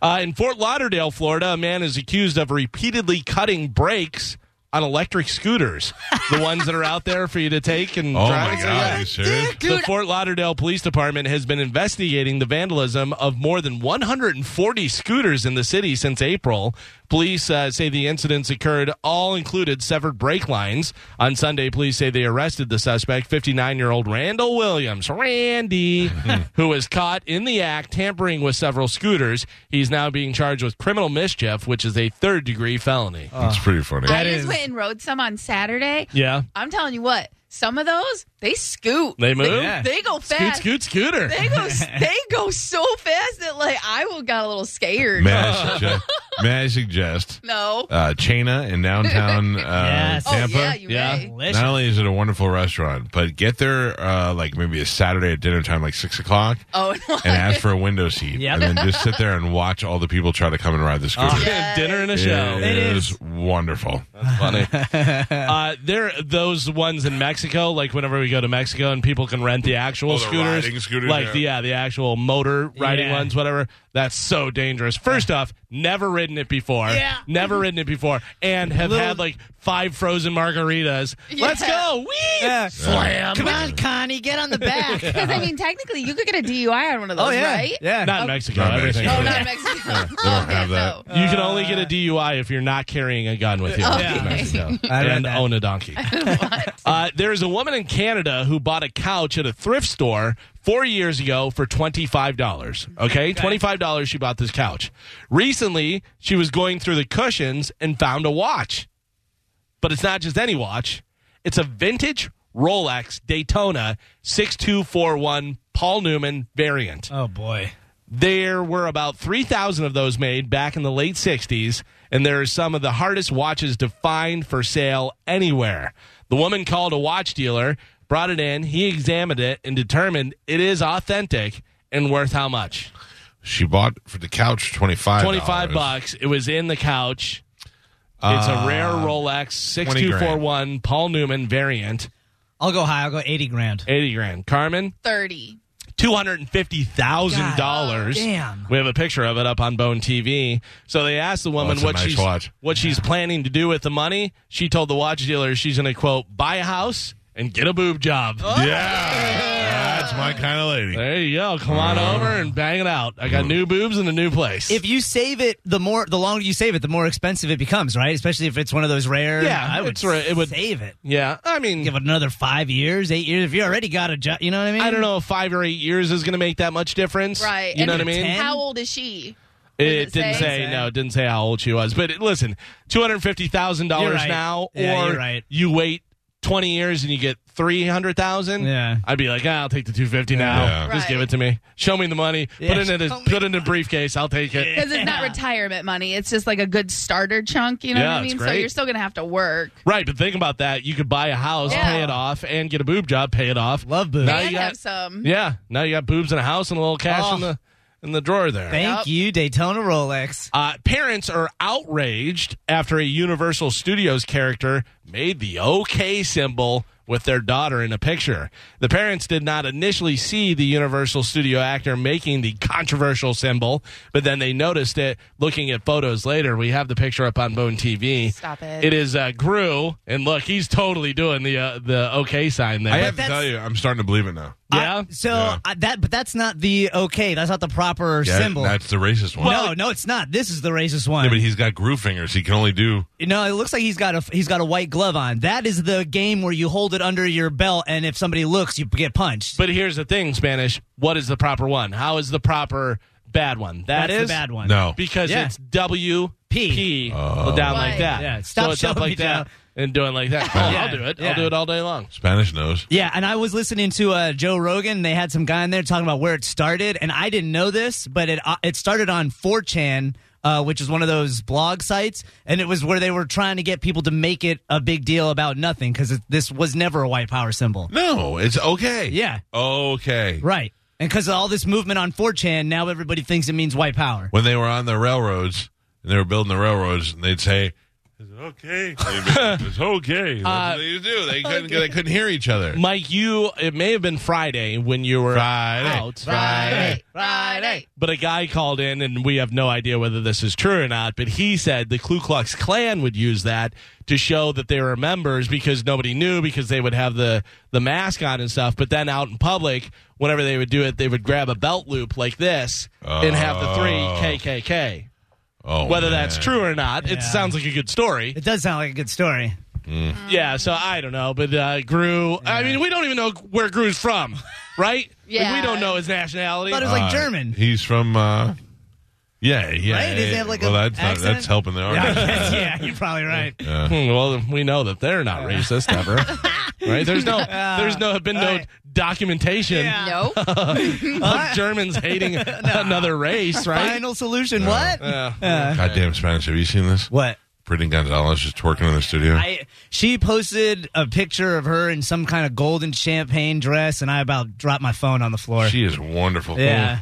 Speaker 3: Uh, in Fort Lauderdale, Florida, a man is accused of repeatedly cutting brakes on electric scooters, the ones that are out there for you to take and
Speaker 1: Oh
Speaker 3: drive.
Speaker 1: my god, are you serious?
Speaker 3: The Fort Lauderdale Police Department has been investigating the vandalism of more than 140 scooters in the city since April. Police uh, say the incidents occurred all included severed brake lines. On Sunday, police say they arrested the suspect, 59 year old Randall Williams, Randy, who was caught in the act tampering with several scooters. He's now being charged with criminal mischief, which is a third degree felony.
Speaker 1: It's pretty funny.
Speaker 5: I just went and rode some on Saturday.
Speaker 3: Yeah.
Speaker 5: I'm telling you what, some of those they scoot.
Speaker 3: They move?
Speaker 5: They go
Speaker 3: Scoot,
Speaker 5: fast.
Speaker 3: scoot, scooter.
Speaker 5: They go. (laughs) they go so fast that like I will got a little scared.
Speaker 1: May I suggest? May I suggest?
Speaker 5: No.
Speaker 1: Uh, Chena in downtown uh,
Speaker 2: Yes. Oh,
Speaker 5: Oh
Speaker 1: Tampa.
Speaker 5: yeah, you
Speaker 3: Yeah.
Speaker 5: may.
Speaker 2: Delicious.
Speaker 1: Not only is it a wonderful restaurant, but get there uh, like maybe a Saturday at dinner time, like six o'clock,
Speaker 5: Oh no. (laughs)
Speaker 1: and ask for a window seat,
Speaker 2: Yep.
Speaker 1: and then just sit there and watch all the people try to come and ride the scooter.
Speaker 3: (laughs) Dinner and a Oh, show.
Speaker 1: it
Speaker 2: It
Speaker 1: is,
Speaker 2: is.
Speaker 1: wonderful.
Speaker 3: funny.
Speaker 1: (laughs)
Speaker 3: uh, there, those ones in Mexico, like whenever we go to Mexico and people can rent the actual
Speaker 1: Oh, the
Speaker 3: scooters,
Speaker 1: riding scooters,
Speaker 3: like
Speaker 1: yeah.
Speaker 3: the yeah, the actual motor riding
Speaker 2: Yeah.
Speaker 3: ones, whatever. That's so dangerous. First off, never ridden it before.
Speaker 2: Yeah.
Speaker 3: never ridden it before, and have
Speaker 2: Little-
Speaker 3: had like five frozen margaritas. Let's
Speaker 5: Yeah.
Speaker 3: go, wee, slam.
Speaker 2: Come on, Connie, get on the back.
Speaker 5: (laughs) Because I mean, technically, you could get a DUI on one of those,
Speaker 2: oh yeah,
Speaker 5: right?
Speaker 2: yeah.
Speaker 3: Not in
Speaker 2: Oh,
Speaker 3: Mexico.
Speaker 1: Not
Speaker 3: everything.
Speaker 1: Mexico.
Speaker 5: Oh, not in Mexico.
Speaker 1: don't
Speaker 5: Okay,
Speaker 1: have that.
Speaker 5: no.
Speaker 3: You can only get a DUI if you're not carrying a gun with you.
Speaker 5: Okay.
Speaker 3: in Mexico.
Speaker 2: I read
Speaker 3: and
Speaker 2: that.
Speaker 3: own a donkey. Uh, there is a woman in Canada who bought a couch at a thrift store four years ago for $25. Okay? $25 she bought this couch. Recently, she was going through the cushions and found a watch. But it's not just any watch, it's a vintage Rolex Daytona 6241 Paul Newman variant.
Speaker 2: Oh boy.
Speaker 3: There were about 3,000 of those made back in the late 60s, and there are some of the hardest watches to find for sale anywhere. The woman called a watch dealer, brought it in, he examined it, and determined it is authentic and worth how much?
Speaker 1: She bought for the couch twenty five.
Speaker 3: 25 bucks. It was in the couch. It's a rare Rolex 6241 Paul Newman variant,
Speaker 2: I'll go high. I'll go eighty grand.
Speaker 3: 80 grand. Carmen?
Speaker 5: Thirty.
Speaker 3: two hundred and fifty thousand dollars.
Speaker 2: damn.
Speaker 3: We have a picture of it up on Bone TV. So they asked the woman
Speaker 1: Oh, that's a
Speaker 3: what
Speaker 1: nice
Speaker 3: she's
Speaker 1: watch.
Speaker 3: what she's planning to do with the money. She told the watch dealer she's going to quote buy a house and get a boob job.
Speaker 2: Oh.
Speaker 1: Yeah. that's my kind of lady.
Speaker 3: There you go. Come on over and bang it out. I got new boobs in a new place.
Speaker 2: If you save it, the more the longer you save it, the more expensive it becomes, right? Especially if it's one of those rare.
Speaker 3: Yeah,
Speaker 2: I would.
Speaker 3: it's ra- it would-
Speaker 2: save it.
Speaker 3: yeah, I mean,
Speaker 2: Give it another five years, eight years. If you already got a job, you know what I mean.
Speaker 3: I don't know if five or eight years is going to make that much difference.
Speaker 5: Right.
Speaker 3: You know
Speaker 5: And
Speaker 3: what I mean?
Speaker 2: ten-
Speaker 5: How old is she?
Speaker 3: It,
Speaker 5: Does it
Speaker 3: didn't say,
Speaker 5: say?
Speaker 3: no. It didn't say how old she was. But it, listen, two hundred fifty thousand
Speaker 2: You're
Speaker 3: dollars
Speaker 2: right.
Speaker 3: now,
Speaker 2: Yeah,
Speaker 3: or
Speaker 2: you're right.
Speaker 3: you wait twenty years and you get three hundred thousand.
Speaker 2: Yeah.
Speaker 3: I'd be like, ah, I'll take the two fifty now.
Speaker 1: Yeah.
Speaker 3: Just
Speaker 5: Right.
Speaker 3: give it to me. Show me the money.
Speaker 2: Yeah,
Speaker 3: Put it in
Speaker 2: show
Speaker 3: a
Speaker 2: me
Speaker 3: put it in a briefcase. I'll take it.
Speaker 5: Because it's not
Speaker 2: Yeah.
Speaker 5: retirement money. It's just like a good starter chunk. You know
Speaker 3: Yeah,
Speaker 5: what I
Speaker 3: it's
Speaker 5: mean? So
Speaker 3: great.
Speaker 5: you're still gonna have to work.
Speaker 3: Right, but think about that. You could buy a house,
Speaker 5: Yeah.
Speaker 3: pay it off, and get a boob job, pay it off.
Speaker 2: Love boobs.
Speaker 3: Now
Speaker 5: and
Speaker 3: you got-
Speaker 5: have some.
Speaker 3: Yeah, now you got boobs and a house and a little cash
Speaker 2: Oh.
Speaker 3: in the in the drawer there.
Speaker 2: Thank
Speaker 5: Yep.
Speaker 2: you, Daytona Rolex.
Speaker 3: Uh, parents are outraged after a Universal Studios character made the OK symbol with their daughter in a picture. The parents did not initially see the Universal Studio actor making the controversial symbol, but then they noticed it looking at photos later. We have the picture up on Bone TV.
Speaker 5: Stop it.
Speaker 3: It is uh, Gru, and look, he's totally doing the uh, the okay sign there.
Speaker 1: I have to
Speaker 2: that's-
Speaker 1: tell you, I'm starting to believe it now.
Speaker 3: yeah.
Speaker 2: So
Speaker 1: Yeah.
Speaker 2: I, that, but that's not the okay. That's not the proper
Speaker 1: Yeah,
Speaker 2: symbol.
Speaker 1: That's the racist one.
Speaker 2: no, no, it's not. This is the racist one.
Speaker 1: Yeah, but he's got groove fingers. He can only do.
Speaker 2: You know, it looks like he's got a he's got a white glove on. That is the game where you hold it under your belt, and if somebody looks, you get punched.
Speaker 3: But here's the thing, Spanish. What is the proper one? How is the proper bad one? That
Speaker 2: that's
Speaker 3: is
Speaker 2: the bad one.
Speaker 1: No.
Speaker 3: because
Speaker 2: Yeah.
Speaker 3: it's W P
Speaker 1: Oh.
Speaker 3: down like
Speaker 5: Right.
Speaker 3: that.
Speaker 2: Yeah, stop
Speaker 3: so it's up
Speaker 2: showing
Speaker 3: like
Speaker 2: me
Speaker 3: that
Speaker 2: down.
Speaker 3: and doing like that. Oh,
Speaker 2: Yeah,
Speaker 3: I'll do it.
Speaker 2: yeah.
Speaker 3: I'll do it all day long.
Speaker 1: Spanish knows.
Speaker 2: Yeah, and I was listening to uh, Joe Rogan. They had some guy in there talking about where it started, and I didn't know this, but it uh, it started on 4chan, uh, which is one of those blog sites, and it was where they were trying to get people to make it a big deal about nothing because this was never a white power symbol.
Speaker 1: No, it's okay.
Speaker 2: Yeah.
Speaker 1: Okay.
Speaker 2: Right, and because of all this movement on 4chan, now everybody thinks it means white power.
Speaker 1: When they were on the railroads and they were building the railroads, and they'd say, "Is it (laughs) okay? They'd be, it's okay." That's
Speaker 3: Uh,
Speaker 1: what they used to (laughs) do. They couldn't. They couldn't hear each other.
Speaker 3: Mike, you it may have been Friday when you were
Speaker 1: Friday.
Speaker 3: out.
Speaker 1: Friday.
Speaker 5: Friday.
Speaker 3: But a guy called in, and we have no idea whether this is true or not. But he said the Ku Klux Klan would use that to show that they were members because nobody knew because they would have the the mask on and stuff. But then out in public, whenever they would do it, they would grab a belt loop like this and have the three
Speaker 1: Oh.
Speaker 3: KKK.
Speaker 1: Oh,
Speaker 3: Whether
Speaker 1: man.
Speaker 3: that's true or not,
Speaker 2: Yeah.
Speaker 3: it sounds like a good story.
Speaker 2: It does sound like a good story.
Speaker 3: Yeah, so I don't know, but uh, Gru. I mean, we don't even know where Gru's from, right? Like,
Speaker 5: Yeah.
Speaker 3: we don't know his nationality.
Speaker 2: thought it was
Speaker 1: Uh,
Speaker 2: like German.
Speaker 1: He's from. uh Yeah, yeah.
Speaker 2: Right? Does he have, like,
Speaker 1: well,
Speaker 2: a
Speaker 1: that's not,
Speaker 2: accent?
Speaker 1: that's helping the argument. (laughs)
Speaker 2: (laughs) yeah, you're probably right.
Speaker 3: Hmm, well, we know that they're not racist
Speaker 2: (laughs)
Speaker 3: ever, right? There's no, there's no, have been no
Speaker 2: right.
Speaker 3: documentation
Speaker 2: Yeah.
Speaker 5: Nope.
Speaker 3: of Germans
Speaker 2: (laughs)
Speaker 3: hating another race, right?
Speaker 2: Final solution. What?
Speaker 1: Goddamn Spanish! Have you seen this?
Speaker 2: what?
Speaker 1: Brittany Gonzalez just twerking in the studio.
Speaker 2: I she posted a picture of her in some kind of golden champagne dress, and I about dropped my phone on the floor.
Speaker 1: she is wonderful.
Speaker 2: yeah.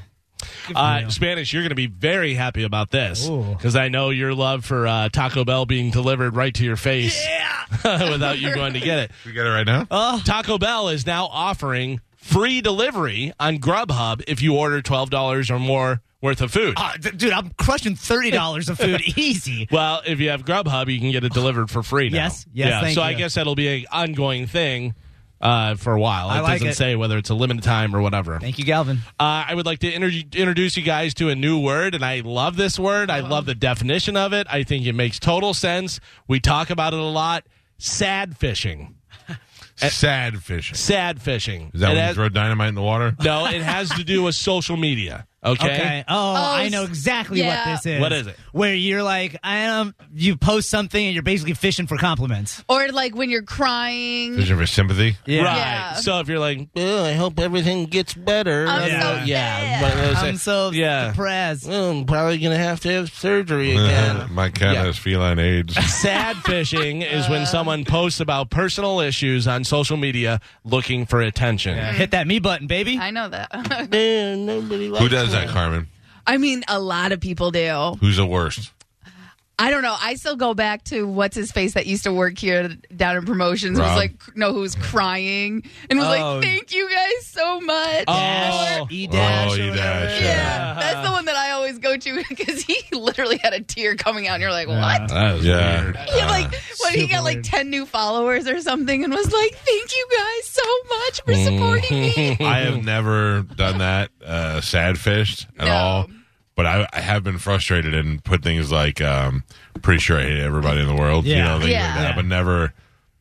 Speaker 3: Uh, Spanish, you're going to be very happy about this
Speaker 2: Ooh.
Speaker 3: because I know your love for uh, Taco Bell being delivered right to your face (laughs) without you going to get it.
Speaker 1: we get it right
Speaker 3: Oh.
Speaker 1: now.
Speaker 3: Taco Bell is now offering free delivery on Grubhub if you order twelve dollars or more worth of food.
Speaker 2: Uh, d- dude, I'm crushing thirty dollars of (laughs) food easy.
Speaker 3: Well, if you have Grubhub, you can get it delivered for free now.
Speaker 2: Yes, yes,
Speaker 3: Yeah,
Speaker 2: thank
Speaker 3: so I
Speaker 2: you.
Speaker 3: guess that'll be an ongoing thing uh, for a while.
Speaker 2: I
Speaker 3: it
Speaker 2: like
Speaker 3: doesn't
Speaker 2: it.
Speaker 3: say whether it's a limited time or whatever.
Speaker 2: Thank you, Galvin.
Speaker 3: Uh, I would like to inter- introduce you guys to a new word, and I love this word.
Speaker 2: Uh-huh.
Speaker 3: I love the definition of it. I think it makes total sense. We talk about it a lot. Sad fishing.
Speaker 1: Sad fishing.
Speaker 3: Sad fishing.
Speaker 1: Is that
Speaker 3: It
Speaker 1: when you
Speaker 3: has-
Speaker 1: throw dynamite in the water?
Speaker 3: no, it has to do with social media. Okay.
Speaker 2: Okay. Oh, I know exactly
Speaker 5: yeah.
Speaker 2: what this is.
Speaker 3: What is it?
Speaker 2: Where you're like, I um, you post something and you're basically fishing for compliments.
Speaker 5: Or like when you're crying.
Speaker 1: Fishing for sympathy? (laughs)
Speaker 2: Yeah.
Speaker 3: Right.
Speaker 5: Yeah.
Speaker 3: So if you're like, "Oh, I hope everything gets better.
Speaker 5: I'm
Speaker 2: so
Speaker 3: Uh, yeah.
Speaker 5: sad.
Speaker 3: but let's say-
Speaker 2: I'm so
Speaker 3: Yeah.
Speaker 2: depressed.
Speaker 3: Well, I'm probably gonna have to have surgery
Speaker 1: Uh, (laughs)
Speaker 3: again.
Speaker 1: My cat
Speaker 3: Yeah.
Speaker 1: has feline AIDS.
Speaker 3: Sad fishing is when someone posts about personal issues on social media looking for attention.
Speaker 2: Hit that me button, baby.
Speaker 5: I know that. (laughs)
Speaker 3: Man, nobody likes
Speaker 1: Who does that, Carmen?
Speaker 5: I mean, a lot of people do.
Speaker 1: Who's the worst?
Speaker 5: I don't know. I still go back to what's his face that used to work here down in promotions.
Speaker 1: Rob.
Speaker 5: Was like, no, who's crying and was
Speaker 2: Oh.
Speaker 5: like, thank you guys so much.
Speaker 3: Oh.
Speaker 2: E
Speaker 5: Or-
Speaker 1: Oh, E dash,
Speaker 5: yeah. that's the one that I always go to (laughs) because he literally had a tear coming out, and you're like, what?
Speaker 3: That is
Speaker 1: Yeah.
Speaker 3: weird.
Speaker 5: (laughs) He like when he
Speaker 2: super
Speaker 5: got like
Speaker 2: weird.
Speaker 5: ten new followers or something, and was like, "Thank you guys so much for supporting
Speaker 3: (laughs)
Speaker 5: me."
Speaker 1: I have never done that, uh, sad fished at
Speaker 5: No.
Speaker 1: all. But I, I have been frustrated and put things like, um, pretty sure I hate everybody in the world, you
Speaker 2: Yeah.
Speaker 1: know, things
Speaker 5: Yeah.
Speaker 1: like that. But never,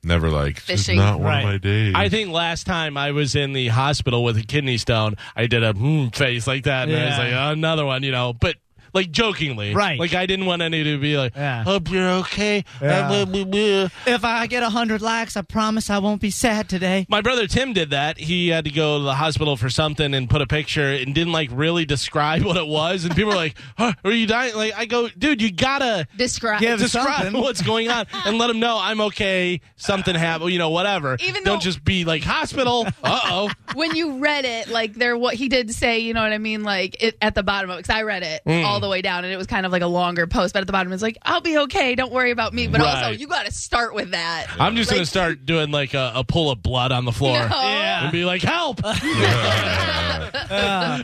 Speaker 1: never like, this is
Speaker 5: Fishing.
Speaker 1: not one
Speaker 2: Right.
Speaker 1: of my days. (laughs)
Speaker 3: I think last time I was in the hospital with a kidney stone, I did a hmm face like that, and I was
Speaker 2: Yeah.
Speaker 3: like, "Oh, another one, you know, but like jokingly,
Speaker 2: Right.
Speaker 3: Like I didn't want any to be like,
Speaker 2: Yeah.
Speaker 3: "Hope you're okay."
Speaker 2: Yeah.
Speaker 3: blah, blah, blah.
Speaker 2: If I get 100 likes, I promise I won't be sad today.
Speaker 3: My brother Tim did that. He had to go to the hospital for something and put a picture and didn't like really describe (laughs) what it was. And people were like, huh, "Are you dying?" Like I go, "Dude, you gotta
Speaker 5: Describe.
Speaker 2: Yeah,
Speaker 3: describe
Speaker 2: something.
Speaker 3: (laughs) what's going on and let them know I'm okay. Something happened, you know, whatever.
Speaker 5: Even though-
Speaker 3: Don't just be like hospital. Uh oh,
Speaker 1: Mm.
Speaker 5: when you read it, like there, what he did say, you know what I mean? Like it, at the bottom of it, because I read it all all the way down, and it was kind of like a longer post. But at the bottom, it's like, "I'll be okay. Don't worry about me." But also,
Speaker 3: Right.
Speaker 5: you got to start with that.
Speaker 3: I'm just going
Speaker 5: Like-
Speaker 3: to start doing like a, a pull of blood on the floor
Speaker 5: No.
Speaker 3: and
Speaker 2: Yeah.
Speaker 3: be
Speaker 5: (laughs)
Speaker 3: like, help!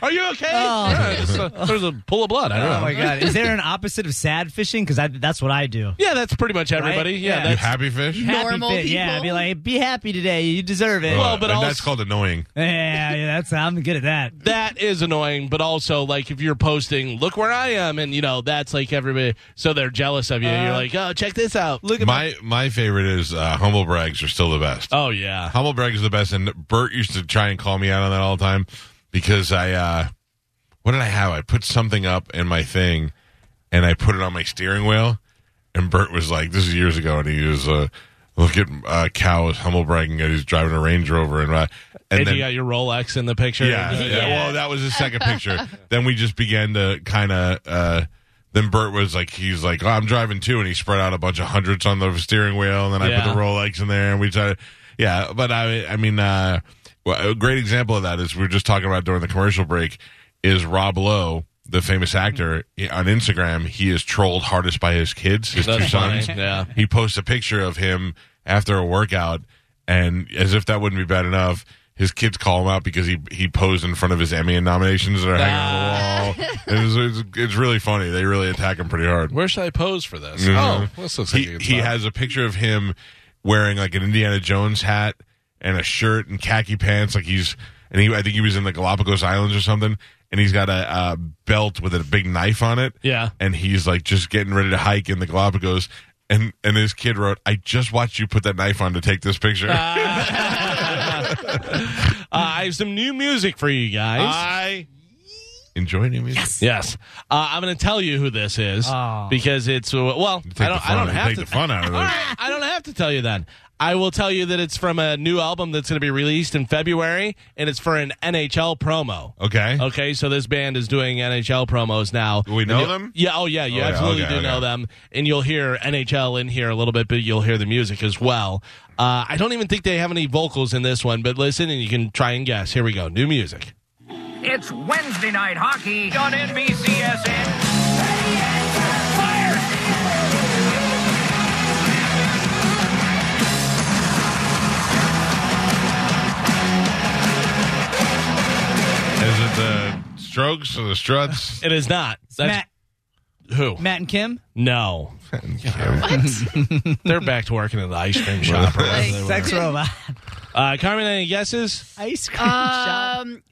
Speaker 3: Are you okay?
Speaker 5: Oh.
Speaker 3: Yeah, just, uh, there's a pull of blood. I don't
Speaker 2: Oh
Speaker 3: know.
Speaker 2: my god! Is there an opposite of sad fishing? Because that's what I do.
Speaker 3: Yeah, that's pretty much everybody.
Speaker 2: Right?
Speaker 3: Yeah,
Speaker 2: Yeah.
Speaker 1: You
Speaker 3: that's
Speaker 1: happy fish?
Speaker 5: Yeah. Normal
Speaker 2: happy Yeah, I'd
Speaker 5: people.
Speaker 2: be like, be happy today. You deserve it.
Speaker 3: Well, but
Speaker 1: and
Speaker 3: also-
Speaker 1: that's called annoying.
Speaker 2: yeah, yeah, that's I'm good at that.
Speaker 3: that is annoying. But also, like if you're posting, look where I am, and you know that's like everybody, so they're jealous of you. you're like, oh, check this out. Look
Speaker 1: My my favorite is uh, humble brags are still the best.
Speaker 3: Oh yeah.
Speaker 1: Humble brag is the best, and Bert used to try and call me out on that all the time because I, uh, what did I have? I put something up in my thing, and I put it on my steering wheel, and Bert was like, "This is years ago," and he was, uh, "Look at uh, Cal is humble bragging that he's driving a Range Rover," and uh,
Speaker 3: And, you got your Rolex in the picture. (laughs)
Speaker 1: yeah, yeah, Well, that was the second picture. (laughs) then we just began to kind of. Uh, then Bert was like, he's like, oh, I'm driving too, and he spread out a bunch of hundreds on the steering wheel, and then I
Speaker 3: Yeah.
Speaker 1: put the Rolex in there, and we tried. Yeah, but I, I mean, uh, well, a great example of that is we were just talking about during the commercial break is Rob Lowe. The famous actor he- on Instagram, he is trolled hardest by his kids, his two
Speaker 3: That's funny.
Speaker 1: sons.
Speaker 3: Yeah.
Speaker 1: He posts a picture of him after a workout, and as if that wouldn't be bad enough, his kids call him out because he he posed in front of his Emmy nominations that are hanging on the wall. It's, it's, it's really funny. They really attack him pretty hard.
Speaker 3: Where should I pose for this?
Speaker 1: Mhm.
Speaker 3: Oh, this looks like a
Speaker 1: he,
Speaker 3: good
Speaker 1: he
Speaker 3: spot.
Speaker 1: has a picture of him wearing like an Indiana Jones hat and a shirt and khaki pants, like he's and he I think he was in the Galapagos Islands or something. And he's got a, uh belt with a big knife on it.
Speaker 3: Yeah.
Speaker 1: and he's like just getting ready to hike in the Galapagos. And and his kid wrote, "I just watched you put that knife on to take this picture."
Speaker 3: Uh, I have some new music for you guys.
Speaker 1: I (laughs) enjoy new music.
Speaker 3: Yes, uh, I'm going to tell you who this is
Speaker 2: Oh.
Speaker 3: because it's uh, well.
Speaker 1: Take
Speaker 3: I
Speaker 1: the
Speaker 3: don't.
Speaker 1: fun,
Speaker 3: I don't
Speaker 1: you
Speaker 3: have
Speaker 1: take
Speaker 3: to.
Speaker 1: the fun out of
Speaker 3: All
Speaker 1: this.
Speaker 3: right, (laughs) I don't have to tell you then. I will tell you that it's from a new album that's going to be released in February, and it's for an NHL promo.
Speaker 1: Okay.
Speaker 3: Okay, so this band is doing NHL promos now.
Speaker 1: Do we know
Speaker 3: And you-
Speaker 1: them?
Speaker 3: Yeah, oh yeah,
Speaker 1: Oh,
Speaker 3: you
Speaker 1: yeah,
Speaker 3: absolutely
Speaker 1: okay,
Speaker 3: do know
Speaker 1: okay.
Speaker 3: them. And you'll hear NHL in here a little bit, but you'll hear the music as well. Uh, I don't even think they have any vocals in this one, but listen and you can try and guess. Here we go. New music.
Speaker 10: It's Wednesday night hockey on NBCSN.
Speaker 1: Is it the Strokes or the
Speaker 3: (laughs)
Speaker 1: Struts?
Speaker 3: It is not. That's who?
Speaker 2: Matt, Matt and Kim.
Speaker 3: No. (laughs)
Speaker 1: (laughs)
Speaker 3: They're back to working at the ice cream shop. or whatever they were.
Speaker 2: Sex robot. (laughs)
Speaker 3: uh, Carmen, any guesses?
Speaker 2: Ice cream shop.
Speaker 5: Um,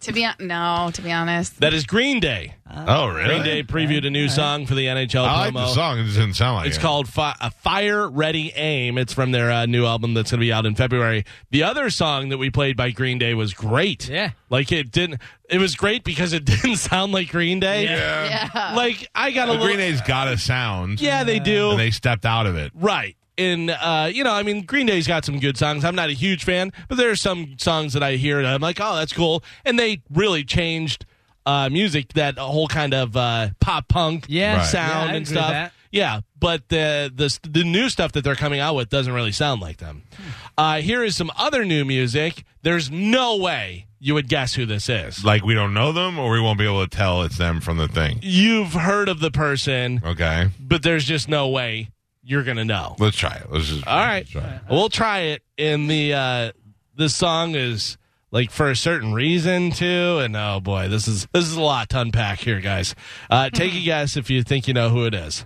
Speaker 5: to be hon- no, to be honest,
Speaker 3: That is Green Day.
Speaker 1: oh,
Speaker 3: Green
Speaker 1: really?
Speaker 3: Day previewed a new song for the NHL
Speaker 1: I like
Speaker 3: promo.
Speaker 1: the song. It doesn't sound like
Speaker 3: It's
Speaker 1: it.
Speaker 3: called Fi- a Fire Ready Aim. It's from their uh, new album that's going to be out in February. The other song that we played by Green Day was great.
Speaker 2: Yeah.
Speaker 3: like it didn't. It was great because it (laughs) didn't sound like Green Day.
Speaker 1: Yeah.
Speaker 5: yeah. (laughs)
Speaker 3: Like I got a
Speaker 1: Well,
Speaker 3: little.
Speaker 1: Green Day's got a sound.
Speaker 3: yeah, they do.
Speaker 1: And they stepped out of it.
Speaker 3: Right. And, uh, you know, I mean, Green Day's got some good songs. I'm not a huge fan, but there are some songs that I hear and I'm like, oh, that's cool. And they really changed uh, music, that whole kind of uh, pop punk
Speaker 2: Yeah. Right.
Speaker 3: sound
Speaker 2: Yeah, I
Speaker 3: and
Speaker 2: agree with
Speaker 3: stuff.
Speaker 2: that.
Speaker 3: Yeah, but the, the the new stuff that they're coming out with doesn't really sound like them.
Speaker 2: Hmm.
Speaker 3: Uh, here is some other new music. There's no way you would guess who this is.
Speaker 1: Like, we don't know them or we won't be able to tell it's them from the thing.
Speaker 3: You've heard of the person,
Speaker 1: Okay.
Speaker 3: but there's just no way you're gonna know.
Speaker 1: Let's try it. Let's just.
Speaker 3: All right.
Speaker 1: let's try it.
Speaker 3: We'll try it. And the uh this song is like for a certain reason too. And oh boy, this is this is a lot to unpack here, guys. Uh take a guess if you think you know who it is.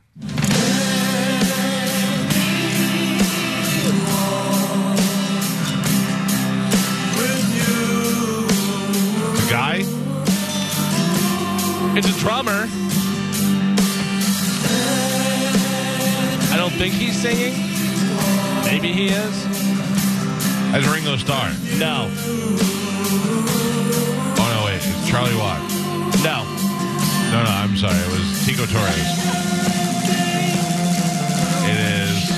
Speaker 1: The guy?
Speaker 3: It's a drummer. I don't think he's singing. Maybe he is.
Speaker 1: That's Ringo Starr.
Speaker 3: No.
Speaker 1: Oh, no, wait. It's Charlie Watt.
Speaker 3: No.
Speaker 1: No, no, I'm sorry. It was Tico Torres. It is.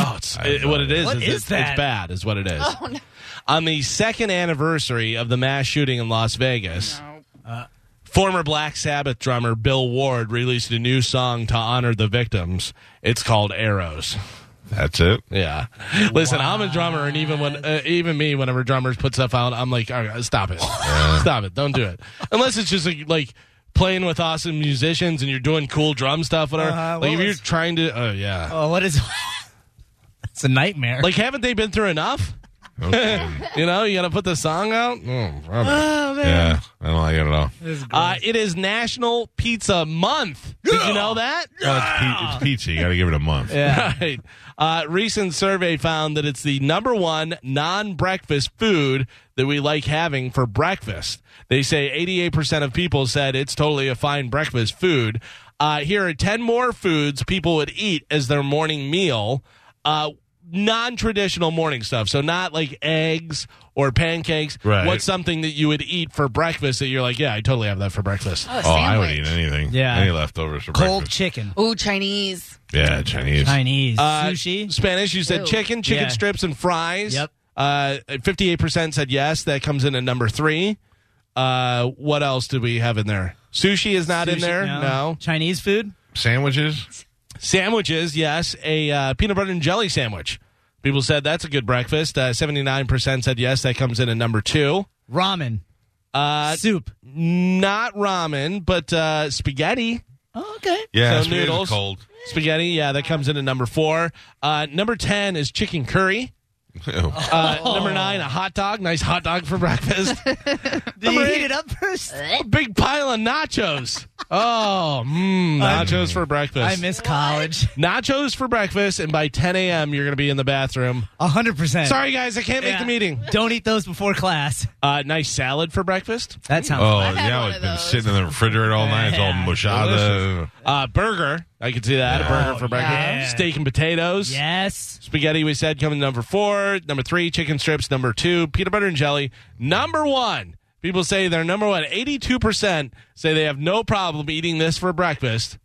Speaker 3: Oh, it's,
Speaker 1: I
Speaker 3: it,
Speaker 1: know.
Speaker 3: what it is.
Speaker 2: What
Speaker 3: is
Speaker 2: is
Speaker 3: it-
Speaker 2: that?
Speaker 3: It's bad, is what it is.
Speaker 1: Oh.
Speaker 5: Oh,
Speaker 3: On the second anniversary of the mass shooting in Las Vegas, uh, former Black Sabbath drummer Bill Ward released a new song to honor the victims. It's called Arrows.
Speaker 1: That's it.
Speaker 3: Yeah. Listen, I'm a drummer, and even when uh, even me, whenever drummers put stuff out, I'm like, All right, stop it, stop it, don't do it, unless it's just like. like playing with awesome musicians and you're doing cool drum stuff, whatever.
Speaker 2: Uh-huh,
Speaker 3: like
Speaker 2: what
Speaker 3: if you're
Speaker 2: was-
Speaker 3: trying to, oh yeah.
Speaker 2: Oh, what is? (laughs) it's a nightmare.
Speaker 3: Like haven't they been through enough?
Speaker 1: Okay.
Speaker 3: (laughs) You know, you got to put the song out. Oh, Robert.
Speaker 2: oh man.
Speaker 1: yeah, I don't like it at all.
Speaker 3: Uh, it is National Pizza Month. Did you know that?
Speaker 1: Oh, it's, pe- it's pizza. You got to give it a month.
Speaker 3: Right. Uh, recent survey found that it's the number one non-breakfast food that we like having for breakfast. They say 88% of people said it's totally a fine breakfast food. Uh, here are 10 more foods people would eat as their morning meal. Uh, non-traditional morning stuff, so not like eggs or pancakes.
Speaker 1: Right.
Speaker 3: What's something that you would eat for breakfast that you're like, yeah, I totally have that for breakfast.
Speaker 5: Oh, a
Speaker 1: Oh, I would
Speaker 5: sandwich.
Speaker 1: eat anything.
Speaker 2: Yeah.
Speaker 1: any leftovers for
Speaker 2: Cold
Speaker 1: breakfast.
Speaker 2: chicken,
Speaker 5: Ooh, Chinese.
Speaker 1: yeah, Chinese.
Speaker 2: Chinese
Speaker 3: Uh,
Speaker 2: sushi.
Speaker 3: Spanish, you said
Speaker 5: Ew.
Speaker 3: chicken, chicken
Speaker 2: Yeah.
Speaker 3: strips, and fries.
Speaker 2: Yep.
Speaker 3: Uh, 58% said yes. That comes in at number three. Uh, what else did we have in there? Sushi is not in
Speaker 2: Sushi,
Speaker 3: there. No.
Speaker 2: Chinese food.
Speaker 1: Sandwiches.
Speaker 3: Sandwiches, yes. A uh, peanut butter and jelly sandwich. People said that's a good breakfast. Uh, 79% said yes. That comes in at number two.
Speaker 2: Ramen. Uh, Soup.
Speaker 3: Not ramen, but uh, spaghetti.
Speaker 2: Oh, okay.
Speaker 1: Yeah,
Speaker 3: So
Speaker 1: spaghetti's
Speaker 3: noodles.
Speaker 1: Cold. (laughs)
Speaker 3: Spaghetti, yeah, that comes in at number four. Uh, number 10 is chicken curry.
Speaker 1: Oh,
Speaker 3: Uh,
Speaker 2: Oh.
Speaker 3: Number nine, a hot dog. Nice hot dog for breakfast.
Speaker 2: Did you
Speaker 3: Number
Speaker 2: heat
Speaker 3: eight,
Speaker 2: it up first?
Speaker 3: a big pile of nachos. Oh, mm, nachos for
Speaker 2: I
Speaker 3: breakfast.
Speaker 2: miss college.
Speaker 3: nachos for breakfast, and by 10 a.m., you're going to be in the bathroom.
Speaker 2: A hundred percent.
Speaker 3: Sorry, guys, I can't make
Speaker 2: Yeah.
Speaker 3: the meeting.
Speaker 2: Don't eat those before class.
Speaker 3: Uh, nice salad for breakfast.
Speaker 2: That sounds.
Speaker 1: Oh
Speaker 5: I've had
Speaker 1: yeah,
Speaker 5: one
Speaker 1: it's
Speaker 5: of
Speaker 1: been
Speaker 5: those.
Speaker 1: sitting in the refrigerator all night. It's all
Speaker 2: Yeah.
Speaker 1: mushada.
Speaker 3: Uh, burger. I could see that. A burger for breakfast.
Speaker 2: Oh, yeah.
Speaker 3: Steak and potatoes.
Speaker 2: Yes.
Speaker 3: Spaghetti, we said, coming number four. Number three, chicken strips. Number two, peanut butter and jelly. Number one, people say they're number one. 82% say they have no problem eating this for breakfast.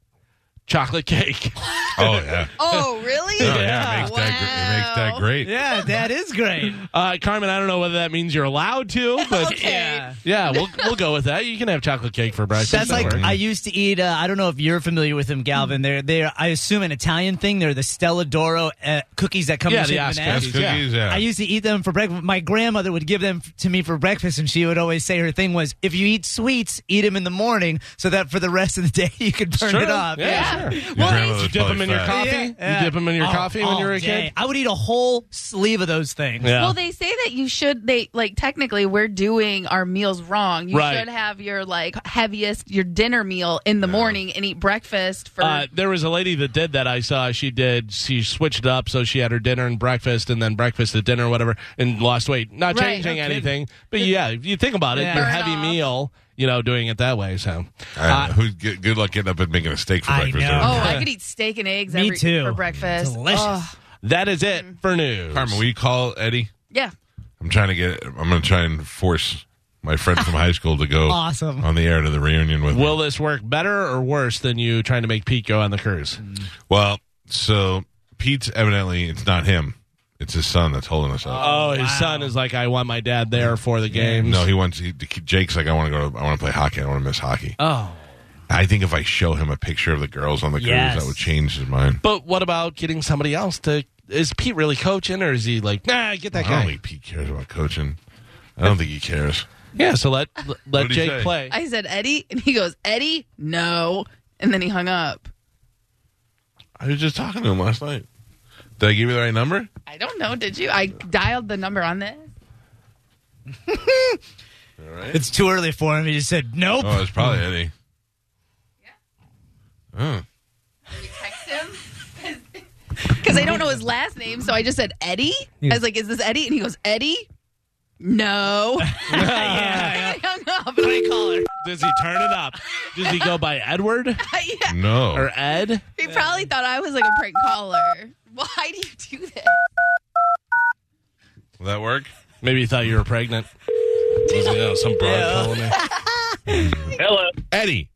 Speaker 3: Chocolate cake.
Speaker 1: Oh yeah.
Speaker 5: Oh, really?
Speaker 1: (laughs) Oh, yeah, it makes that gr- it makes that great.
Speaker 2: Yeah, that is great.
Speaker 3: Uh, Carmen, I don't know whether that means you're allowed to, but
Speaker 2: Yeah.
Speaker 3: yeah, we'll, we'll go with that. You can have chocolate cake for breakfast.
Speaker 2: That's
Speaker 3: That'll
Speaker 2: like
Speaker 3: work.
Speaker 2: I used to eat. Uh, I don't know if you're familiar with them, Galvin. They're they're I assume an Italian thing. They're the Stella Doro uh, cookies that come
Speaker 3: Yeah,
Speaker 2: in
Speaker 3: the
Speaker 2: shape of an
Speaker 3: Oscar
Speaker 2: S.
Speaker 1: That's
Speaker 3: Yeah.
Speaker 1: cookies. Yeah.
Speaker 2: I used to eat them for breakfast. My grandmother would give them f- to me for breakfast, and she would always say her thing was, "If you eat sweets, eat them in the morning, so that for the rest of the day (laughs) you can burn it
Speaker 3: true.
Speaker 2: off."
Speaker 3: Yeah, sure.
Speaker 1: Your
Speaker 5: Well,
Speaker 1: grandmother's
Speaker 5: you
Speaker 3: Dip
Speaker 1: probably
Speaker 3: them in your
Speaker 1: fat.
Speaker 3: coffee. You dip them in your
Speaker 2: All-
Speaker 3: coffee when
Speaker 2: Oh, all
Speaker 3: you were a
Speaker 2: day.
Speaker 3: kid.
Speaker 2: I would eat a whole sleeve of those things.
Speaker 3: Yeah.
Speaker 5: Well, they say that you should they like technically we're doing our meals wrong. You
Speaker 3: Right.
Speaker 5: should have your like heaviest your dinner meal in the morning and eat breakfast for
Speaker 3: Uh, there was a lady that did that. I saw. She did. She switched it up, so she had her dinner and breakfast, and then breakfast at dinner, whatever, and lost weight. Not
Speaker 5: Right.
Speaker 3: changing
Speaker 5: No kidding.
Speaker 3: anything, but yeah, if you think about it,
Speaker 2: Yeah.
Speaker 3: your
Speaker 5: Burn
Speaker 3: heavy
Speaker 5: off.
Speaker 3: meal, you know, doing it that way. So
Speaker 1: Uh, who good, good luck getting up and making a steak for
Speaker 2: I
Speaker 1: breakfast.
Speaker 2: know.
Speaker 1: every
Speaker 5: Oh,
Speaker 1: morning.
Speaker 5: I could eat steak and eggs
Speaker 2: Me
Speaker 5: every,
Speaker 2: too.
Speaker 5: for breakfast.
Speaker 2: Delicious.
Speaker 5: Ugh.
Speaker 3: that is it for news.
Speaker 1: Carmen, will you call Eddie?
Speaker 5: yeah.
Speaker 1: I'm trying to get. I'm going to try and force my friend from high school to go
Speaker 2: Awesome.
Speaker 1: on the air to the reunion with. me.
Speaker 3: Will this work better or worse than you trying to make Pete go on the cruise?
Speaker 1: Oh, Well, so Pete's evidently it's not him. It's his son that's holding us up.
Speaker 3: Oh, his son is like, I want my dad there for the games.
Speaker 1: no, he wants. He, Jake's like, I want to go. To, I want to play hockey. I want to miss hockey.
Speaker 2: Oh,
Speaker 1: I think if I show him a picture of the girls on the cruise,
Speaker 2: Yes.
Speaker 1: that would change his mind.
Speaker 3: But what about getting somebody else to? Is Pete really coaching, or is he like, nah, get that
Speaker 1: I don't
Speaker 3: guy?
Speaker 1: think Pete cares about coaching. I don't think he cares.
Speaker 3: Yeah, so let let
Speaker 1: What'd he
Speaker 3: Jake
Speaker 1: say?
Speaker 3: play.
Speaker 5: I said Eddie and he goes, "Eddie? No." And then he hung up.
Speaker 1: I was just talking to him last night. Did I give you the right number?
Speaker 5: I don't know, did you? I dialed the number on this.
Speaker 2: it's too early for him. He just said nope.
Speaker 1: Oh, it's probably Eddie.
Speaker 5: Did you text him? (laughs) Because I don't know his last name, so I just said Eddie. I was like, "Is this Eddie?" And he goes, "Eddie? No." I hung up. (laughs) And I call her.
Speaker 3: Does he turn it up? Does he go by Edward
Speaker 5: (laughs) yeah,
Speaker 1: No.
Speaker 3: or Ed?
Speaker 5: he probably thought I was like a prank caller. (laughs) Why do you do this?
Speaker 1: Will that work?
Speaker 3: Maybe he thought you were pregnant. Was it,
Speaker 1: Oh,
Speaker 3: uh, some broad calling me.
Speaker 7: Hello.
Speaker 1: Eddie,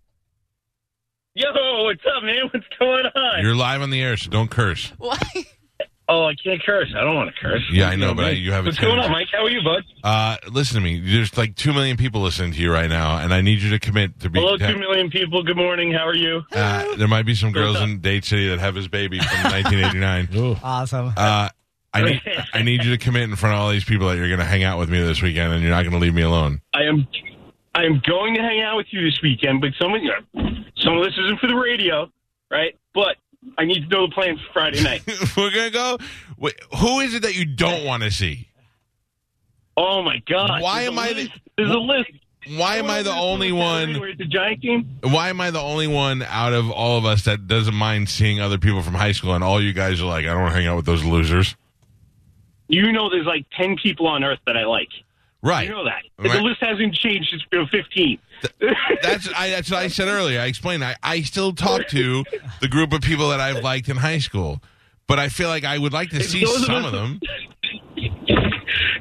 Speaker 7: Yo, what's up, man? What's going on?
Speaker 1: you're live on the air, so don't curse.
Speaker 5: Why?
Speaker 7: oh, I can't curse. I don't want to curse.
Speaker 1: Yeah, I know, but I, you haven't.
Speaker 7: What's going
Speaker 1: said-
Speaker 7: on, Mike? How are you, bud?
Speaker 1: Uh, listen to me. There's like two million people listening to you right now, and I need you to commit to be.
Speaker 7: Hello, two million people. Good morning. How are you?
Speaker 1: Uh, there might be some girls in Dade City that have his baby from 1989.
Speaker 2: Awesome.
Speaker 1: Uh, I need, I need you to commit in front of all these people that you're going to hang out with me this weekend, and you're not going to leave me alone.
Speaker 7: I am.
Speaker 11: I'm going to hang out with you this weekend, but some of you know, some of this isn't for the radio, right? But I need to know the plan for Friday night.
Speaker 1: (laughs) We're gonna go. Wait, who is it that you don't want to see?
Speaker 11: oh my god!
Speaker 1: Why
Speaker 11: There's
Speaker 1: am
Speaker 11: a
Speaker 1: I the-
Speaker 11: List. There's a list.
Speaker 1: Why am I the only one?
Speaker 11: It's a giant game.
Speaker 1: Why am I the only one out of all of us that doesn't mind seeing other people from high school? And all you guys are like, I don't want to hang out with those losers.
Speaker 11: You know, there's like ten people on Earth that I like.
Speaker 1: Right.
Speaker 11: You know that.
Speaker 1: Right.
Speaker 11: The list hasn't changed since we were 15.
Speaker 1: That's I, that's what I said earlier. I explained. I, I still talk to the group of people that I've liked in high school, but I feel like I would like to see
Speaker 11: those of
Speaker 1: some
Speaker 11: (laughs) us-
Speaker 1: of them.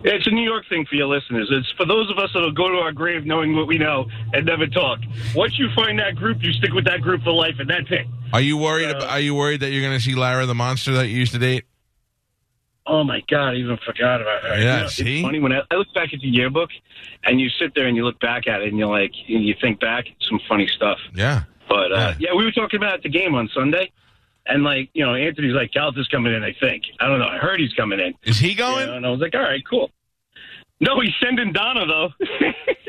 Speaker 11: It's a New York thing for your listeners. It's for those of us that'll go to our grave knowing what we know and never talk. Once you find that group, you stick with that group for life, and that's it.
Speaker 1: Are you worried? ab- are you worried that you're going to see Lyra the monster that you used to date?
Speaker 11: Oh my God, I even forgot about her.
Speaker 1: Yeah,
Speaker 11: You know,
Speaker 1: see?
Speaker 11: It's funny when I, I look back at the yearbook, and you sit there and you look back at it, and you're like, and you think back, some funny stuff.
Speaker 1: Yeah.
Speaker 11: But uh,
Speaker 1: Yeah.
Speaker 11: yeah. we were talking about the game on Sunday, and like you know, Anthony's like, Cal's coming in. I think I don't know. I heard he's coming in.
Speaker 1: Is he
Speaker 11: You
Speaker 1: going?
Speaker 11: know, and I was like, all right, cool. No, he's sending Donna though. (laughs)